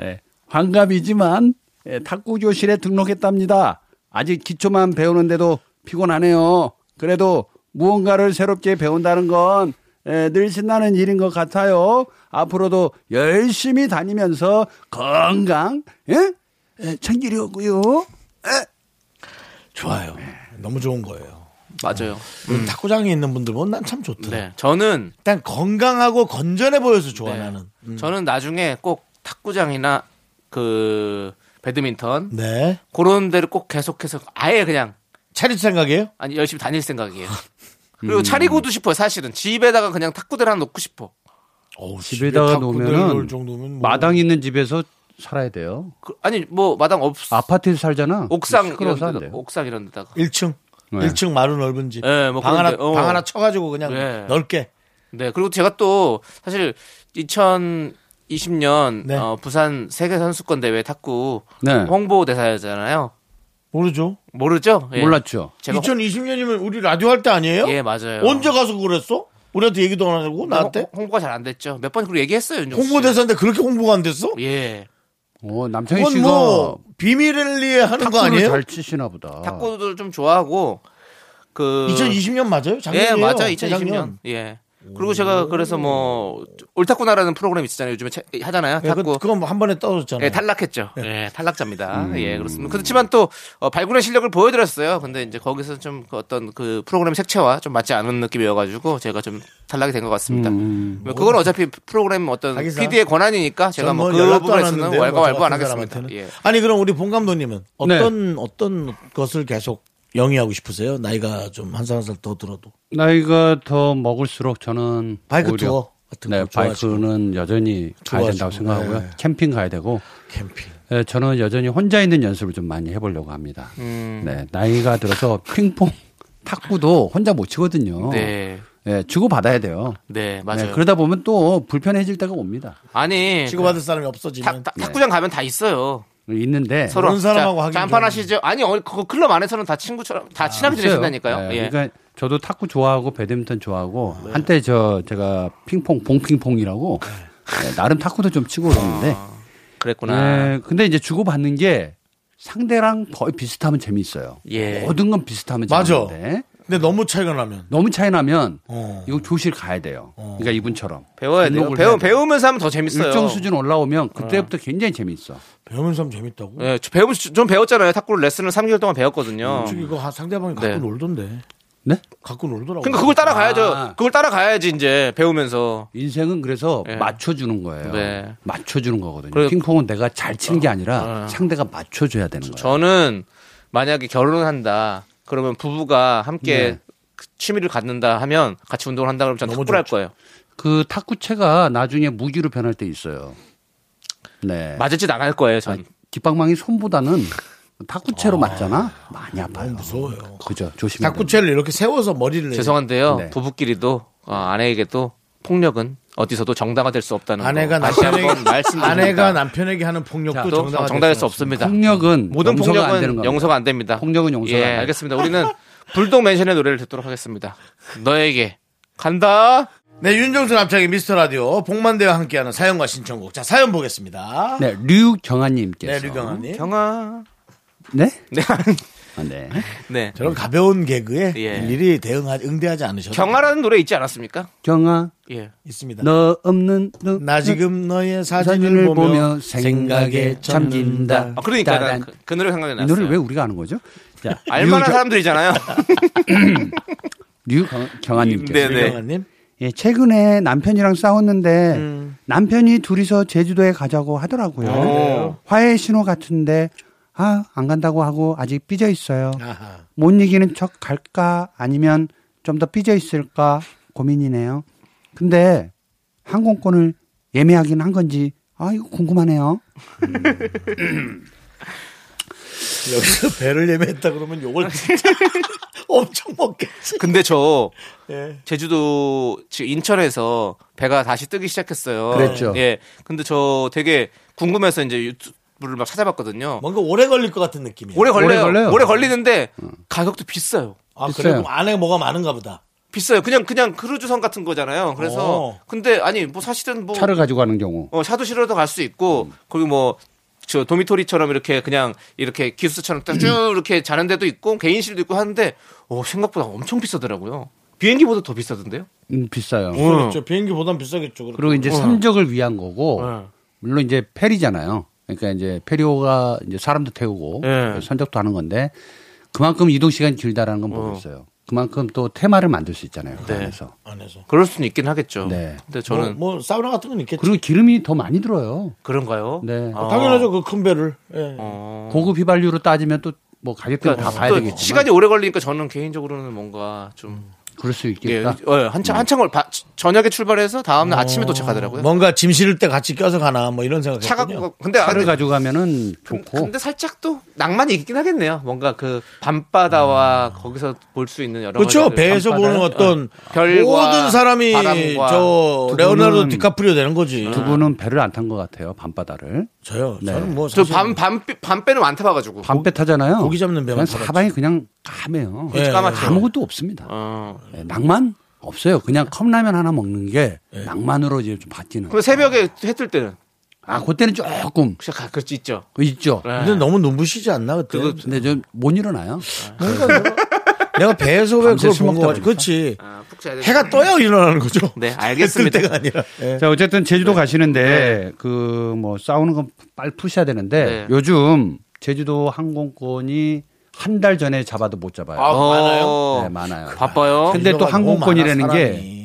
예, 환갑이지만 예, 탁구 교실에 등록했답니다. 아직 기초만 배우는데도 피곤하네요. 그래도 무언가를 새롭게 배운다는 건 예, 늘 신나는 일인 것 같아요. 앞으로도 열심히 다니면서 건강 예? 예, 챙기려고요. 네. 좋아요. 너무 좋은 거예요. 맞아요. 그 탁구장에 있는 분들 보면 난 참 좋더라. 음. 네. 저는 일단 건강하고 건전해 보여서 좋아 네. 나는. 음. 저는 나중에 꼭 탁구장이나 그 배드민턴 네. 그런 데를 꼭 계속해서 아예 그냥 차릴 생각이에요? 아니 열심히 다닐 (laughs) 생각이에요. 그리고 음. 차리고도 싶어요. 사실은 집에다가 그냥 탁구대를 하나 놓고 싶어. 어우, 집에다가 집에 탁구대를 놓으면은 놓을 정도면 뭐. 있는 집에서 살아야 돼요. 그- 아니 뭐 마당 없 아파트에서 살잖아. 옥상 이런 시끄러워서 안 데다, 돼요. 옥상 이런 데다가 1층. 네. 1층 마루 넓은 집. 네, 뭐 방 그런데, 하나 어. 방 하나 쳐 가지고 그냥 네. 넓게. 네, 그리고 제가 또 사실 2020년 네. 어, 부산 세계 선수권 대회 탁구 네. 홍보 대사였잖아요. 모르죠. 모르죠? 예. 몰랐죠. 제가 2020년이면 우리 라디오 할 때 아니에요? 홍- 예, 맞아요. 언제 가서 그랬어? 우리한테 얘기도 안 하고 근데 나한테? 홍- 홍보가 잘 안 됐죠. 몇 번 그리고 얘기했어요, 윤종 씨. 홍보대사인데 그렇게 홍보가 안 됐어? 예. 오, 어, 남창희 그건 씨가 뭐 비밀리에 하는 거 탁구를 아니에요? 잘 치시나 보다. 탁구도 좀 좋아하고 그 2020년 맞아요? 예, 작년이에요. 맞아요. 2020년. 재작년. 예. 그리고 제가 그래서 뭐 올탁구나라는 프로그램 있잖아요. 요즘에 차- 하잖아요. 예, 탁구. 그- 그건 뭐한 번에 떨어졌잖아요. 예, 탈락했죠. 네. 예, 탈락자입니다. 음. 예, 그렇습니다. 그렇지만 또 어, 발군의 실력을 보여드렸어요. 근데 이제 거기서 좀그 어떤 그 프로그램 색채와 좀 맞지 않은 느낌이어가지고 제가 좀 탈락이 된 것 같습니다. 음. 뭐 그건 어차피 프로그램 어떤 음. 자기사? PD의 권한이니까 제가 전뭐 뭐그 연락도 안 부분에서는 하는데요, 왈가 뭐 왈부 안 저 같은 하겠습니다. 사람한테는. 예. 아니 그럼 우리 본 네. 감독님은 어떤 어떤 것을 계속 영위하고 싶으세요? 나이가 좀 한 살 한 살 더 들어도 나이가 더 먹을수록 저는 바이크 오히려- 투어 같은 거 네, 좋아하시고. 바이크는 여전히 좋아하시고. 가야 된다고 생각하고요. 네. 캠핑 가야 되고 캠핑. 예, 저는 여전히 혼자 있는 연습을 좀 많이 해보려고 합니다. 음. (laughs) 네, 나이가 들어서 핑퐁 탁구도 혼자 못 치거든요. 네. 예, 주고 받아야 돼요. 네, 예, 맞아요. 그러다 보면 또 불편해질 때가 옵니다. 아니, 치고받을 사람이 탁, 없어지면 예, 그 네. 탁, 탁구장 가면 다 있어요. 있는데 서로 모르는 사람하고 하긴 한판 좀- 하시죠. 아니, 어, 그 클럽 안에서는 다 친구처럼 다 친하게 있어요. 네, 지내신다니까요. 예, 예. 네. 그러니까 저도 탁구 좋아하고 배드민턴 좋아하고 한때 저 제가 핑퐁 봉핑퐁이라고 예, 나름 탁구도 좀 치고 그러는데 아, 그랬구나. 네. 예, 근데 이제 주고 받는 게 상대랑 거의 비슷하면 재미있어요. 예. 모든 건 비슷하면 맞아. 재미있는데 근데 너무 차이가 나면 너무 차이 나면 어. 이거 교실 가야 돼요. 그러니까 이분처럼 음. 배워야 돼요. 등록을 해야 배우, 돼요. 배우면서 하면 더 재밌어요. 일정 수준 올라오면 그때부터 굉장히 재미있어. 배우면서 하면 재밌다고. 예, 저 배우, 좀 배웠잖아요. 탁구를 레슨을 3개월 동안 배웠거든요. 솔직히 그거 상대방이 어. 네. 갖고 놀던데. 네? 갖고 놀더라고. 그러니까 그걸 따라가야죠. 아. 그걸 따라가야지 이제 배우면서. 인생은 그래서 예. 맞춰주는 거예요. 네. 어. 맞춰주는 거거든요. 그래- 핑퐁은 내가 잘 치는 게 아니라 상대가 맞춰줘야 되는 거예요. 저는 만약에 결혼한다. 그러면 부부가 함께 네. 그 취미를 갖는다 하면 같이 운동을 한다 그러면 저는 너무 탁구를 할 거예요. 그 탁구채가 나중에 무기로 변할 때 있어요. 네. 맞을지 나갈 거예요, 전. 아, 뒷방망이 손보다는 탁구채로 맞잖아. 많이 아파요. 무서워요. 그죠. 조심해야 돼요. 닭구채를 이렇게 세워서 머리를 내. 죄송한데요. 네. 부부끼리도 어, 아내에게도 폭력은 어디서도 정당화될 수 없다는 아내가 거 다시 남편에게 한번 말씀드립니다. 아내가 남편에게 하는 폭력도 자, 또 정당화 정당화될 수 없습니다. 폭력은 모든 용서가 안 되는 폭력은 겁니다. 용서가 안 됩니다. 폭력은 용서가 안 예, 돼요. 알겠습니다. 우리는 불독 맨션의 노래를 듣도록 하겠습니다. 너에게 간다. 네, 윤정수 남창의 미스터 라디오 복만대와 함께하는 사연과 신청곡. 자, 사연 보겠습니다. 네, 류경아님께서. 네, 류경아님. 경아. 네? 네. 아, 네. 네. 저런 가벼운 개그에 예. 일일이 대응하지 응대하지 않으셔도 경아라는 노래 있지 않았습니까? 경아, 예. 있습니다. 너 없는 눈. 나 지금 너의 사진을 사진을 보며, 보며 생각에 생각에 잠긴다. 잠긴다. 아, 그러니까 난 따단. 그, 그 노래 생각이 이 났어요. 노래를 왜 우리가 아는 거죠? 자, (laughs) 알만한 사람들이잖아요. 류경아님께서. 네네. 류경아님. 예, 최근에 남편이랑 싸웠는데 남편이 둘이서 제주도에 가자고 하더라고요. 화해 신호 같은데 아, 안 간다고 하고 아직 삐져 있어요. 아하. 못 이기는 척 갈까 아니면 좀 더 삐져 있을까 고민이네요. 근데 항공권을 예매하긴 한 건지 아, 이거 궁금하네요. 여기서 (laughs) 배를 예매했다 그러면 욕을 (laughs) 진짜 엄청 (laughs) 먹겠지. 근데 저 예. 제주도 지금 인천에서 배가 다시 뜨기 시작했어요. 그랬죠. 예. 근데 저 되게 궁금해서 이제 유튜브를 막 찾아봤거든요. 뭔가 오래 걸릴 것 같은 느낌이야. 오래 걸려요. 오래 걸려요. 는데 가격도 비싸요. 아, 비싸요. 그래. 그 안에 뭐가 많은가 보다. 비싸요. 그냥 그냥 크루즈선 같은 거잖아요. 그래서 어. 근데 아니 뭐 사실은 뭐 차를 음. 가지고 가는 경우. 어, 샤도 실어도 갈 수 있고 거기 뭐 저 도미토리처럼 이렇게 그냥 이렇게 기숙사처럼 딱쭉 음. 이렇게 자는 데도 있고 개인실도 있고 하는데 어, 생각보다 엄청 비싸더라고요. 비행기보다 더 비싸던데요? 음, 비싸요. 그렇죠. 비행기보단 비싸겠죠. 그렇죠. 그리고 이제 선적을 위한 거고 네. 물론 이제 페리잖아요. 그러니까 이제 페리오가 이제 사람도 태우고 그 네. 선적도 하는 건데 그만큼 이동 시간이 길다라는 건 모르겠어요. 그만큼 또 테마를 만들 수 있잖아요. 그 네. 안에서. 안에서. 그럴 수는 있긴 하겠죠. 네. 근데 저는 뭐, 뭐 사우나 같은 건 있겠죠. 그리고 기름이 더 많이 들어요. 그런가요? 네. 아. 어, 당연하죠. 그 큰 배를. 예. 고급 휘발유로 따지면 또 뭐 가격대를 다 봐야 그러니까 또 되겠지만 시간이 오래 걸리니까 저는 개인적으로는 뭔가 좀 그럴 수 예, 있겠다. 어. 어, 한참 한참 걸 바- 저녁에 출발해서 다음 날 아침에 도착하더라고요. 뭔가 짐 실을 때 같이 껴서 가나 뭐 이런 생각. 차가 했군요. 근데 아, 차를 근데, 가지고 가면은 좋고 근데 살짝 또 낭만이 있긴 하겠네요. 뭔가 그 밤바다와 거기서 볼 수 있는 여러 음. 그렇죠. 가지 배에서 보는 어떤 별과 모든 사람이 바람과 저 두 분은- 어. 레오나르도 디카프리오 되는 거지. 두 분은 배를 안 탄 것 같아요. 밤바다를 저요. 네. 저는 뭐 사실 저밤밤 밤배는 많다 봐가지고 밤배 타잖아요. 고기 잡는 배만 그냥 타봤죠. 사방이 그냥 까매요. 예. 까맣죠. 아무것도 없습니다. 어. 네, 낭만 없어요. 그냥 컵라면 하나 먹는 게 낭만으로 이제 좀 바뀌는. 근데 새벽에 해 뜰 때는 아, 그때는 조금 혹시 가- 그럴 수 있죠. 그 있죠. 예, 근데 너무 눈부시지 않나 그때. 그거- 근데 좀 못 일어나요. (laughs) 내가 배에서 왜 아. 그러니까 뭐 밤새 그걸 술 본거 먹다 같지? 보니까. 그렇지. 아, 푹 자야 돼. 해가 떠야 일어나는 (laughs) 거죠. 네, 뜰 알겠습니다. 때가 아니라. 예. 자, 어쨌든 제주도 가시는데 그 뭐 싸우는 건 빨리 푸셔야 되는데 네. 요즘 제주도 항공권이 한 달 전에 잡아도 못 잡아요. 많아요. 네, 많아요. 바빠요. 근데 또 너무 항공권이라는 뭐 많아, 게 사람이.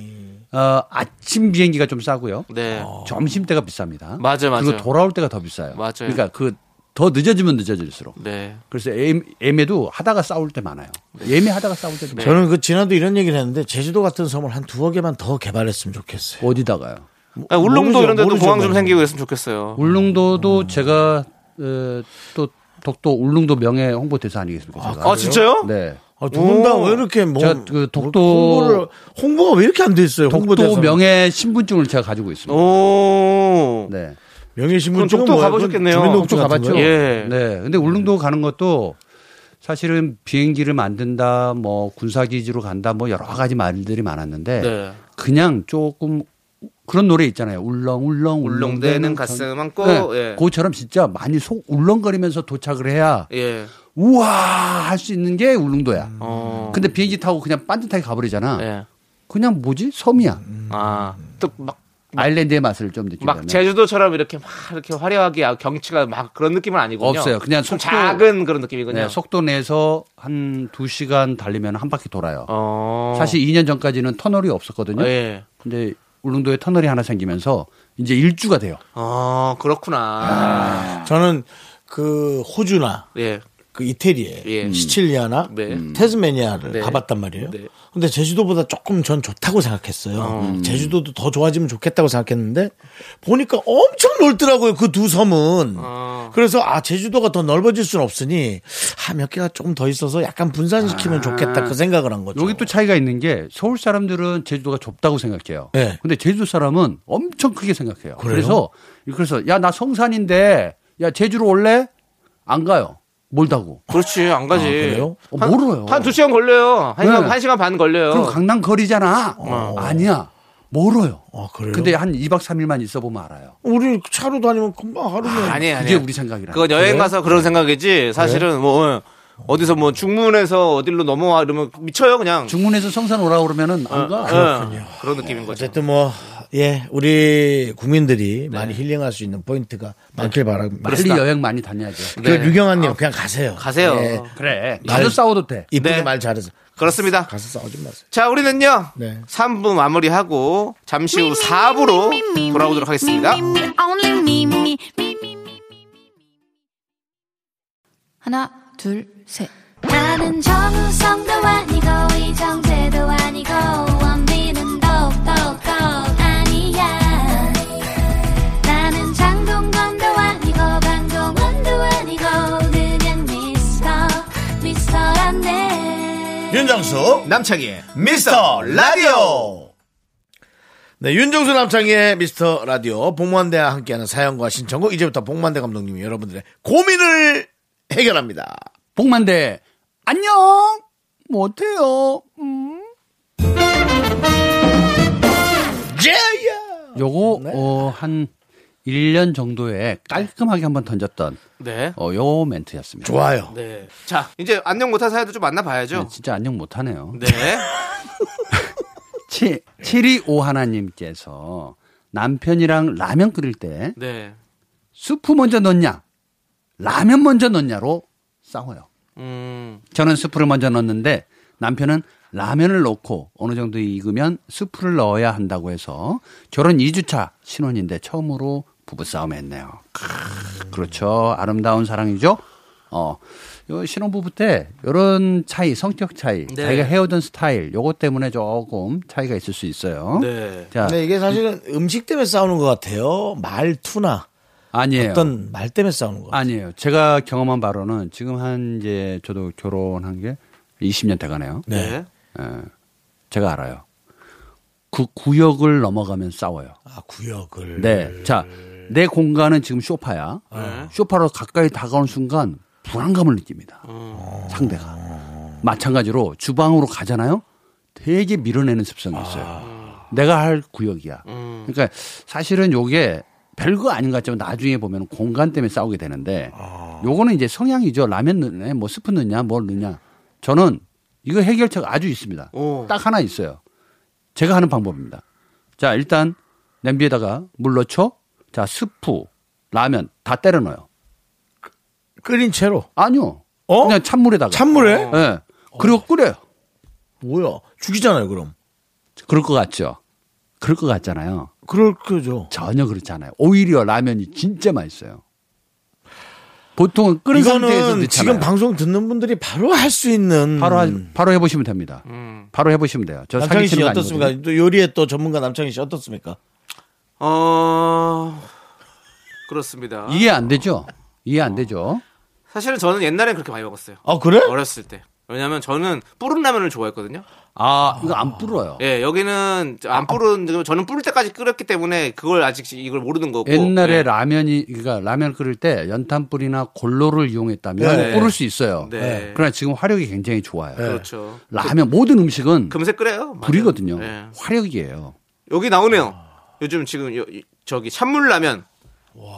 어, 아침 비행기가 좀 싸고요. 네. 어. 점심 때가 비쌉니다. 맞아요, 맞아요. 그리고 돌아올 때가 더 비싸요. 맞아요. 그러니까 그 더 늦어지면 늦어질수록. 네. 그래서 애- 애매도 하다가 싸울 때 많아요. 예매하다가 싸울 때도 많아요. 저는 그 지난도 이런 얘기를 했는데 제주도 같은 섬을 한 두어 개만 더 개발했으면 좋겠어요. 어디다가요? 아, 울릉도 모르죠, 이런 데도 모르죠, 공항 좀 그거는. 생기고 했으면 좋겠어요. 울릉도도 어, 제가 에, 또 독도 울릉도 명예 홍보대사 아니겠습니까? 제가. 아, 진짜요? 네. 두 분 다 왜 이렇게 뭐 저, 그 독도- 홍보를 홍보가 왜 이렇게 안 돼 있어요? 독도 홍보대사 뭐? 명예 신분증을 제가 가지고 네. 있습니다. 오. 네. 명예신문증은 그럼 독도 뭐야? 그건 가보셨겠네요. 주민등록증 독도 같은 가봤죠. 거예요? 예. 네. 근데 울릉도 가는 것도 사실은 비행기를 만든다, 뭐 군사기지로 간다, 뭐 여러 가지 말들이 많았는데 네. 그냥 조금 그런 노래 있잖아요. 울렁 울렁대는 울렁 울렁대는 가슴 안고 네. 예. 그처럼 진짜 많이 속 울렁거리면서 도착을 해야 예. 우와 할 수 있는 게 울릉도야. 어. 근데 비행기 타고 그냥 빤듯하게 가버리잖아. 예. 그냥 뭐지 섬이야. 아. 또막 아일랜드의 맛을 좀 느끼면 막 제주도처럼 이렇게 막 이렇게 화려하게 아, 경치가 막 그런 느낌은 아니군요. 없어요. 그냥 좀 속도- 작은 그런 느낌이군요. 네, 속도 내서 한 두 시간 달리면 한 바퀴 돌아요. 어. 사실 2년 전까지는 터널이 없었거든요. 예. 근데 울릉도에 터널이 하나 생기면서 이제 일주가 돼요. 어, 아. 그렇구나. 저는 그 호주나 예. 그 이태리에 예. 시칠리아나 네. 테스메니아를 네. 가봤단 말이에요. 네. 근데 제주도보다 조금 전 좋다고 생각했어요. 음. 제주도도 더 좋아지면 좋겠다고 생각했는데 보니까 엄청 넓더라고요. 그 두 섬은. 어. 그래서 아 제주도가 더 넓어질 수는 없으니 아, 몇 개가 조금 더 있어서 약간 분산시키면 좋겠다 그 생각을 한 거죠. 여기 또 차이가 있는 게 서울 사람들은 제주도가 좁다고 생각해요. 네. 근데 제주도 사람은 엄청 크게 생각해요. 그래요? 서 그래서 야 나 성산인데 야 제주로 올래? 안 가요. 멀다고. 아, 그렇지. 안 가지. 그래요? 어, 멀어요. 한 두 시간 걸려요. 한 네. 시간, 한 시간 반 걸려요. 그럼 강남 거리잖아. 어. 아니야. 멀어요. 아, 그래요? 근데 한 2박 3일만 있어 보면 알아요. 우리 차로 다니면 금방 하루면 아니, 아니. 그게 우리 네. 생각이라. 그건 여행 가서 그런 생각이지. 사실은 뭐 어, 어디서 뭐 중문에서 어디로 넘어와 이러면 미쳐요 그냥. 중문에서 성산 오라 그러면은 어, 안 가. 그렇군요. 그런 느낌인 거죠. 어쨌든 뭐, 예, 우리 국민들이 많이 힐링할 수 있는 포인트가 많길 바랍니다. 빨리 여행 많이 다녀야죠. 그 네. 류경아님 그냥 가세요. 가세요. 네. 예, 그래. 가서 싸워도 돼. 이쁘게 네. 말 잘해서 그렇습니다. 가서 싸우지 마세요. 자, 우리는요. 네. 3부 마무리하고 잠시 후 4부로 돌아오도록 하겠습니다. 하나, 둘, 셋. 나는 정우성도 아니고, 이정재도 아니고, 원빈은 더욱더 아니야. 나는 장동건도 아니고, 강동원도 아니고, 그냥 미스터, 미스터란데. 네. 윤정수, 남창희의 미스터 라디오! 네, 윤정수 남창희의 미스터 라디오, 복만대와 함께하는 사연과 신청곡, 이제부터 복만대 감독님이 여러분들의 고민을 해결합니다. 복만대 안녕 뭐 못해요. 예! 요거 네. 어, 한 1년 정도에 깔끔하게 한번 던졌던 네. 어, 요 멘트였습니다. 좋아요. 네. 자, 이제 안녕 못한 사이도 좀 만나 네, 봐야죠. 진짜 안녕 못하네요. 네. 7 2 5 하나님께서 남편이랑 라면 끓일 때 네. 수프 먼저 넣냐 라면 먼저 넣냐로 싸워요. 음. 저는 수프를 먼저 넣는데 남편은 라면을 넣고 어느 정도 익으면 수프를 넣어야 한다고 해서 결혼 2주차 신혼인데 처음으로 부부싸움 했네요. 크으, 그렇죠. 아름다운 사랑이죠. 어, 요 신혼부부 때 이런 차이, 성격 차이, 네. 자기가 헤어던 스타일, 요것 때문에 조금 차이가 있을 수 있어요. 네. 자, 근데 이게 사실은 음식 때문에 싸우는 것 같아요. 말투나 예. 아니에요. 어떤 말 때문에 싸우는 것 같아요. 아니에요. 제가 경험한 바로는 지금 한 이제 저도 결혼한 게 20년 돼 가네요. 네. 제가 알아요. 그 구역을 넘어가면 싸워요. 아, 구역을. 네. 자, 내 공간은 지금 쇼파야. 쇼파로 가까이 다가온 순간 불안감을 느낍니다. 어. 상대가. 마찬가지로 주방으로 가잖아요. 되게 밀어내는 습성이 있어요. 내가 할 구역이야. 그러니까 사실은 요게 별거 아닌 것 같지만 나중에 보면 공간 때문에 싸우게 되는데 요거는 이제 성향이죠. 라면 넣냐, 뭐 스프 넣냐, 뭘 넣냐. 저는 이거 해결책 아주 있습니다. 오. 딱 하나 있어요. 제가 하는 방법입니다. 자, 일단 냄비에다가 물 넣죠. 자, 스프, 라면 다 때려 넣어요. 끓인 채로. 아니요. 어? 그냥 찬물에다가. 찬물에? 어. 예. 그리고 끓여요. 뭐야? 죽이잖아요, 그럼. 그럴 것 같죠. 그럴 것 같잖아요. 그럴 거죠. 전혀 그렇지 않아요. 오히려 라면이 진짜 맛있어요. 보통은 끓인 상태에서 이거는 지금 넣잖아요. 방송 듣는 분들이 바로 할 수 있는 바로 하- 바로 해보시면 됩니다. 바로 해보시면 돼요. 저 남창희 씨 사기치는 거 어떻습니까? 아니거든요. 또 요리에 또 전문가 남창희 씨 어떻습니까? 어. 그렇습니다. 이해 안 되죠? 이해 안 되죠? 사실은 저는 옛날엔 그렇게 많이 먹었어요. 아 그래? 어렸을 때. 왜냐면 저는 뿌른 라면을 좋아했거든요. 아, 이거 안 불어요. 예, 여기는 안 뿌른 저는 뿌릴 때까지 끓였기 때문에 그걸 아직 이걸 모르는 거고. 옛날에 예. 라면이 그러니까 라면 끓일 때 연탄불이나 골로를 이용했다면 네. 끓을 수 있어요. 네. 그러나 지금 화력이 굉장히 좋아요. 그렇죠. 라면 모든 음식은 금세 끓여요. 맞아요. 불이거든요. 예. 화력이에요. 여기 나오네요. 요즘 지금 요- 이- 저기 찬물 라면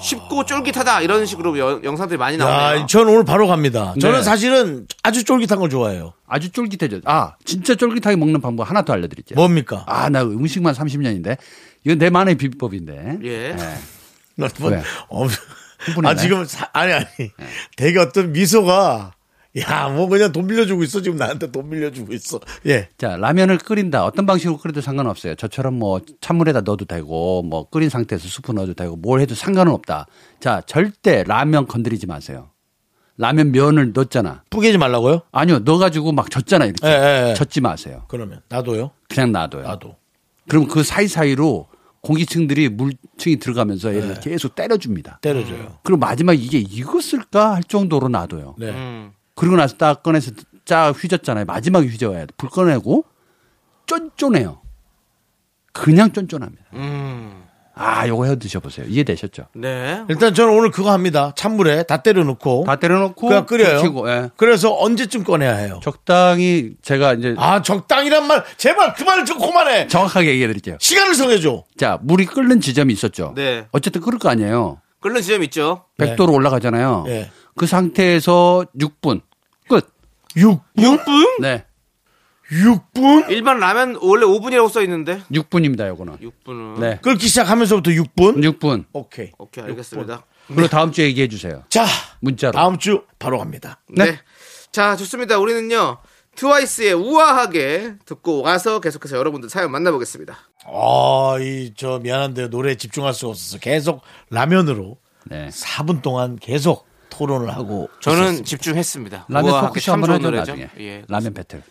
쉽고 쫄깃하다 이런 식으로 여- 영상들이 많이 나오네요. 아, 전 오늘 바로 갑니다. 저는 네. 사실은 아주 쫄깃한 걸 좋아해요. 아주 쫄깃해져. 아, 진짜 쫄깃하게 먹는 방법 하나 더 알려드릴게요. 뭐? 뭡니까? 아, 나 음식만 30년인데 이건 내만의 비법인데. 예. 나 뭐, 왜? 어, 아, 흥분했나요? 네. 지금, 사- 아니, 아니. 되게 어떤 미소가, 야, 뭐 그냥 돈 빌려주고 있어. 지금 나한테 돈 빌려주고 있어. 예. 자, 라면을 끓인다. 어떤 방식으로 끓여도 상관없어요. 저처럼 뭐 찬물에다 넣어도 되고, 뭐 끓인 상태에서 스프 넣어도 되고, 뭘 해도 상관은 없다. 자, 절대 라면 건드리지 마세요. 라면 면을 넣었잖아. 뿌개지 말라고요? 아니요, 넣어가지고 막 젓잖아. 이렇게. 예, 예, 예. 젓지 마세요. 그러면. 나도요? 그냥 놔둬요. 나도. 그럼 그 사이사이로 공기층들이 물층이 들어가면서 얘를 예. 계속 때려줍니다. 때려줘요. 그리고 마지막에 이게 익었을까 할 정도로 놔둬요. 네. 그리고 나서 딱 꺼내서 쫙 휘졌잖아요. 마지막에 휘저어야 돼. 불 꺼내고 쫀쫀해요. 그냥 쫀쫀합니다. 아, 요거 해 드셔보세요. 이해되셨죠? 네. 일단 저는 오늘 그거 합니다. 찬물에 다 때려놓고. 다 때려놓고 그냥 끓여요. 데치고, 예. 그래서 언제쯤 꺼내야 해요? 적당히 제가 이제 아, 적당이란 말. 제발 그 말을 좀 그만해. 정확하게 얘기해 드릴게요. 시간을 정해줘. 자, 물이 끓는 지점이 있었죠. 네. 어쨌든 끓을 거 아니에요. 끓는 지점 있죠. 100도로 올라가잖아요. 네. 그 상태에서 6분 끝. 6, 6분? 네. 6분? 일반 라면 원래 5분이라고 써 있는데 6분입니다, 요거는. 6분은 네. 끓기 시작하면서부터 6분? 6분. 오케이. 오케이 알겠습니다. 그리고 다음 주에 얘기해 주세요. 자, 문자로. 다음 주 바로 갑니다. 네. 자, 좋습니다. 우리는요. 트와이스의 우아하게 듣고 와서 계속해서 여러분들 사연 만나보겠습니다. 아, 이, 저, 미안한데 노래에 집중할 수가 없어서 계속 라면으로 네. 4분 동안 계속 토론을 하고. 저는 집중했습니다. 라면 우아하게 토크쇼 참 한번 좋은 하죠 노래죠. 나중에. 예. 라면 배틀.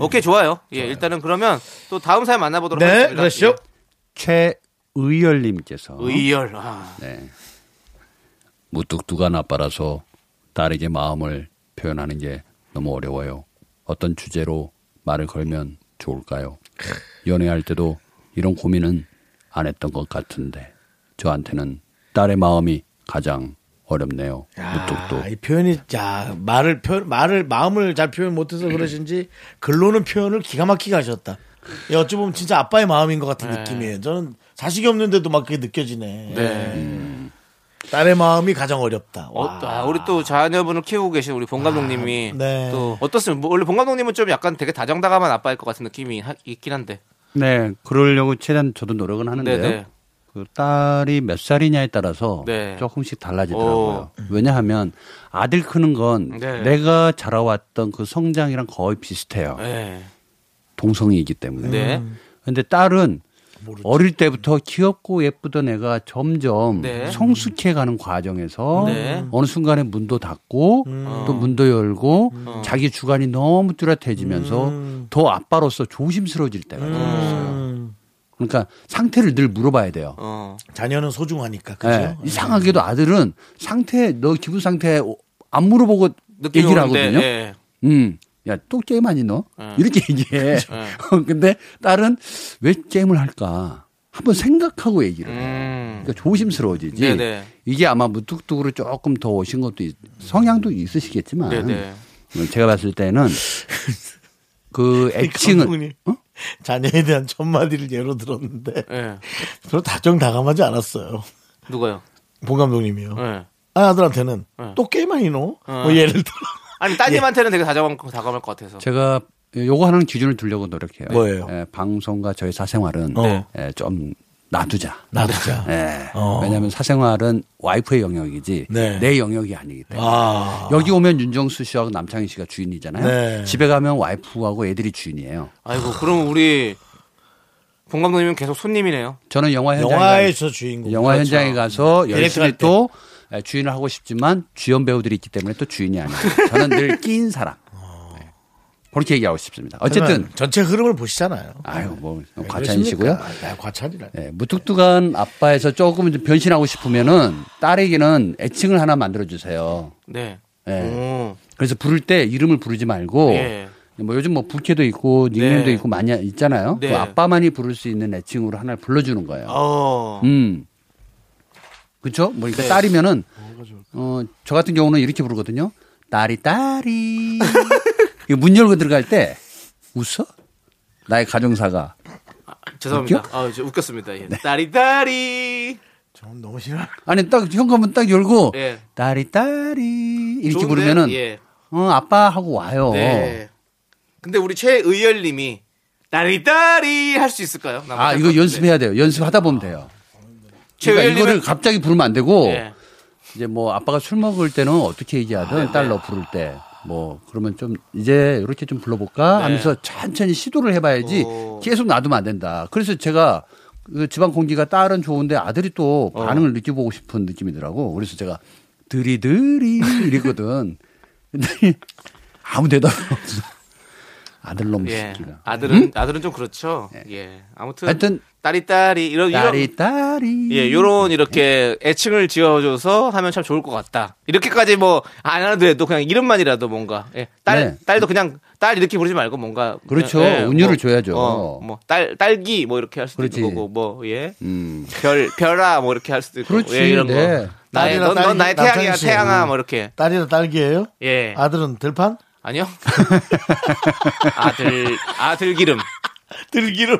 오케이 좋아요. 예, 일단은 그러면 또 다음 사연 만나보도록 네, 하겠습니다. 그러시죠. 최의열님께서 예. 의열. 아. 무뚝뚝한 아빠라서 딸에게 마음을 표현하는 게 너무 어려워요. 어떤 주제로 말을 걸면 좋을까요? 연애할 때도 이런 고민은 안 했던 것 같은데 저한테는 딸의 마음이 가장 어렵네요. 무뚝뚝. 아, 이 표현이, 자, 말을, 표현, 말을, 마음을 잘 표현 못해서 그러신지 글로는 표현을 기가 막히게 하셨다. 이 어찌 보면 진짜 아빠의 마음인 것 같은 느낌이에요. 저는 자식이 없는데도 막 그게 느껴지네. 음. 딸의 마음이 가장 어렵다. 어, 와. 아, 우리 또 자녀분을 키우고 계신 우리 아, 본 감독님이 네. 또 어떻습니까? 뭐 원래 본 감독님은 좀 약간 되게 다정다감한 아빠일 것 같은 느낌이 하- 있긴 한데. 네, 그러려고 최대한 저도 노력은 하는데요. 네네. 그 딸이 몇 살이냐에 따라서 네. 조금씩 달라지더라고요. 왜냐하면 아들 크는 건 네. 내가 자라왔던 그 성장이랑 거의 비슷해요. 네. 동성이기 때문에. 네. 근데 딸은 어릴 때부터 귀엽고 예쁘던 애가 점점 네. 성숙해가는 과정에서 네. 어느 순간에 문도 닫고 또 문도 열고 음. 자기 주관이 너무 뚜렷해지면서 더 아빠로서 조심스러워질 때가 있어요. 그러니까 상태를 늘 물어봐야 돼요. 어. 자녀는 소중하니까. 그죠? 예, 이상하게도 아들은 상태 너 기분 상태 안 물어보고 느낌이 얘기를 오는데, 하거든요. 예. 음. 야, 또 게임하니 너? 예. 이렇게 얘기해. (laughs) 어, 근데 딸은 왜 게임을 할까? 한번 생각하고 얘기를 해. 음. 그러니까 조심스러워지지. 네네. 이게 아마 무뚝뚝으로 조금 더 오신 것도 있- 성향도 있으시겠지만 네네. 어, 제가 봤을 (laughs) 때는 그 그러니까 애칭은 감독님. 자녀에 대한 첫 마디를 예로 들었는데 예. 별로 다정다감하지 않았어요. 누가요? 봉 감독님이요. 예. 아, 아들한테는 네. 또 게임하이노? 어. 뭐 예를 들어 아니 예. 따님한테는 되게 다정한 다감할 것 같아서. 제가 요거 하는 기준을 두려고 노력해요. 뭐예요? 예, 방송과 저의 사생활은 어. 예, 좀 놔두자. 놔두자. 예. 어. 왜냐하면 사생활은 와이프의 영역이지 네. 내 영역이 아니기 때문에 아, 여기 오면 윤정수 씨하고 남창희 씨가 주인이잖아요. 네. 집에 가면 와이프하고 애들이 주인이에요. 아이고 그럼 우리 본 감독님은 계속 손님이네요. 저는 영화 현장에 가- 영화에서 주인공. 그렇죠. 음. 영화 현장에 가서 열심히 디렉팅할 때. 또 예, 주인을 하고 싶지만 주연 배우들이 있기 때문에 또 주인이 아니에요. 저는 늘 끼인 사람. 어. 예. 그렇게 얘기하고 싶습니다. 어쨌든 그러면 전체 흐름을 보시잖아요. 아유 뭐 왜 과찬이시고요. 네, 그러십니까? 아, 과찬이라. 예, 무뚝뚝한 아빠에서 조금 좀 변신하고 싶으면은 딸에게는 애칭을 하나 만들어 주세요. 네. 예. 오. 그래서 부를 때 이름을 부르지 말고 예. 뭐 요즘 뭐 부캐도 있고 닉네임도 네. 있고 많이 있잖아요. 네. 그 아빠만이 부를 수 있는 애칭으로 하나를 불러주는 거예요. 어. 음. 그쵸? 뭐, 그러니까 네. 딸이면은, 어, 저 같은 경우는 이렇게 부르거든요. 딸이, 딸이. (laughs) 이거 문 열고 들어갈 때, 웃어? 나의 가정사가. 죄송합니다. 웃겨? 네. 아, 저 웃겼습니다. 예. 다리 다리. 저는 너무 싫어. 아니, 딱, 현관문 딱 열고, 예. 딸이, 딸이. 이렇게 좋은데? 부르면은, 예. 어, 아빠 하고 와요. 네. 근데 우리 최의열 님이 다리 다리 할 수 있을까요? 나 아, 못할 이거 것 같은데. 연습해야 돼요. 연습하다 보면 돼요. 최의열 그러니까 이거를 님은 갑자기 부르면 안 되고, 예. 이제 뭐 아빠가 술 먹을 때는 아, 어떻게 네. 얘기하든 딸로 부를 때 뭐 그러면 좀 이제 이렇게 좀 불러볼까 네. 어. 하면서 천천히 시도를 해봐야지 오. 계속 놔두면 안 된다. 그래서 제가 그 지방 공기가 딸은 좋은데 아들이 또 어. 반응을 느껴보고 싶은 느낌이더라고. 그래서 제가 드리드리 이랬거든. 근데 아무 대답 없어. 아들놈 예. 새끼가. 아들은 아들은 좀 그렇죠. 예. 아무튼 음? 네. 하여튼 다리 다리 이런 이런 딸이 딸이. 예, 요런 이렇게 애칭을 지어줘서 하면 참 좋을 것 같다. 이렇게까지 뭐 안 하도 해도 그냥 이름만이라도 뭔가 예, 딸 네. 딸도 그냥 딸 이렇게 부르지 말고 뭔가 그렇죠. 예, 어, 은유를 줘야죠. 뭐딸 딸기 뭐 이렇게 할 수도 그렇지. 있고 뭐뭐 예. 음. 별 별아 뭐 이렇게 할 수도 있고 그렇지, 예, 이런 네. 거. 나의 딸이나 넌, 넌 나의 딸기, 태양이야 남편이지. 태양아 뭐 이렇게 딸이나 딸기예요 예 아들은 들판? 아니요 (laughs) 아들 아들 기름 들기름.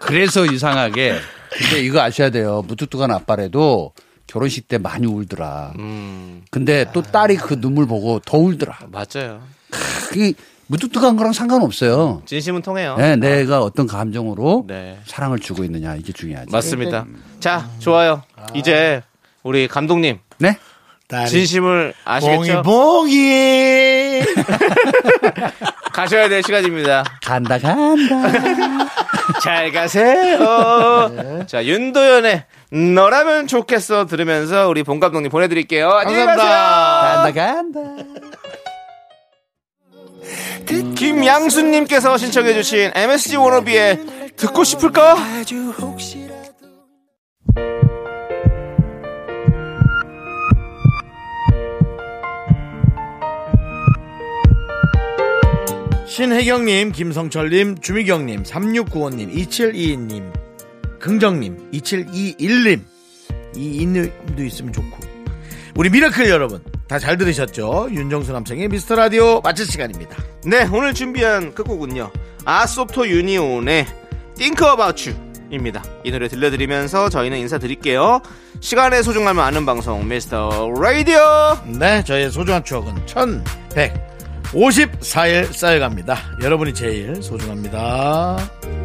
그래서 이상하게 근데 이거 아셔야 돼요. 무뚝뚝한 아빠래도 결혼식 때 많이 울더라. 음 근데 또 딸이 그 눈물 보고 더 울더라. 맞아요 그게 무뚝뚝한 거랑 상관없어요. 진심은 통해요 네, 내가 어떤 감정으로 네. 사랑을 주고 있느냐 이게 중요하지. 맞습니다 자 좋아요 이제 우리 감독님 네. 딸이. 진심을 아시겠죠? 뭐- (laughs) 봉이봉이. 가셔야 될 시간입니다. 간다 간다. 잘 가세요. 자, 윤도현의 너라면 좋겠어 들으면서 우리 본 감독님 보내드릴게요. 안녕히 가세요. 간다 간다. 김양수님께서 신청해주신 MSG 워너비의 듣고 싶을까? 신혜경님, 김성철님, 주미경님, 3695님, 2722님, 긍정님, 2721님, 이인도 있으면 좋고. 우리 미라클 여러분, 다 잘 들으셨죠? 윤정수 남성의 미스터 라디오 마칠 시간입니다. 네, 오늘 준비한 끝곡은요. 아소토 유니온의 Think About You. 입니다. 이 노래 들려드리면서 저희는 인사드릴게요. 시간의 소중함을 아는 방송 미스터 라디오. 네, 저의 소중한 추억은 1154일 쌓여갑니다. 여러분이 제일 소중합니다.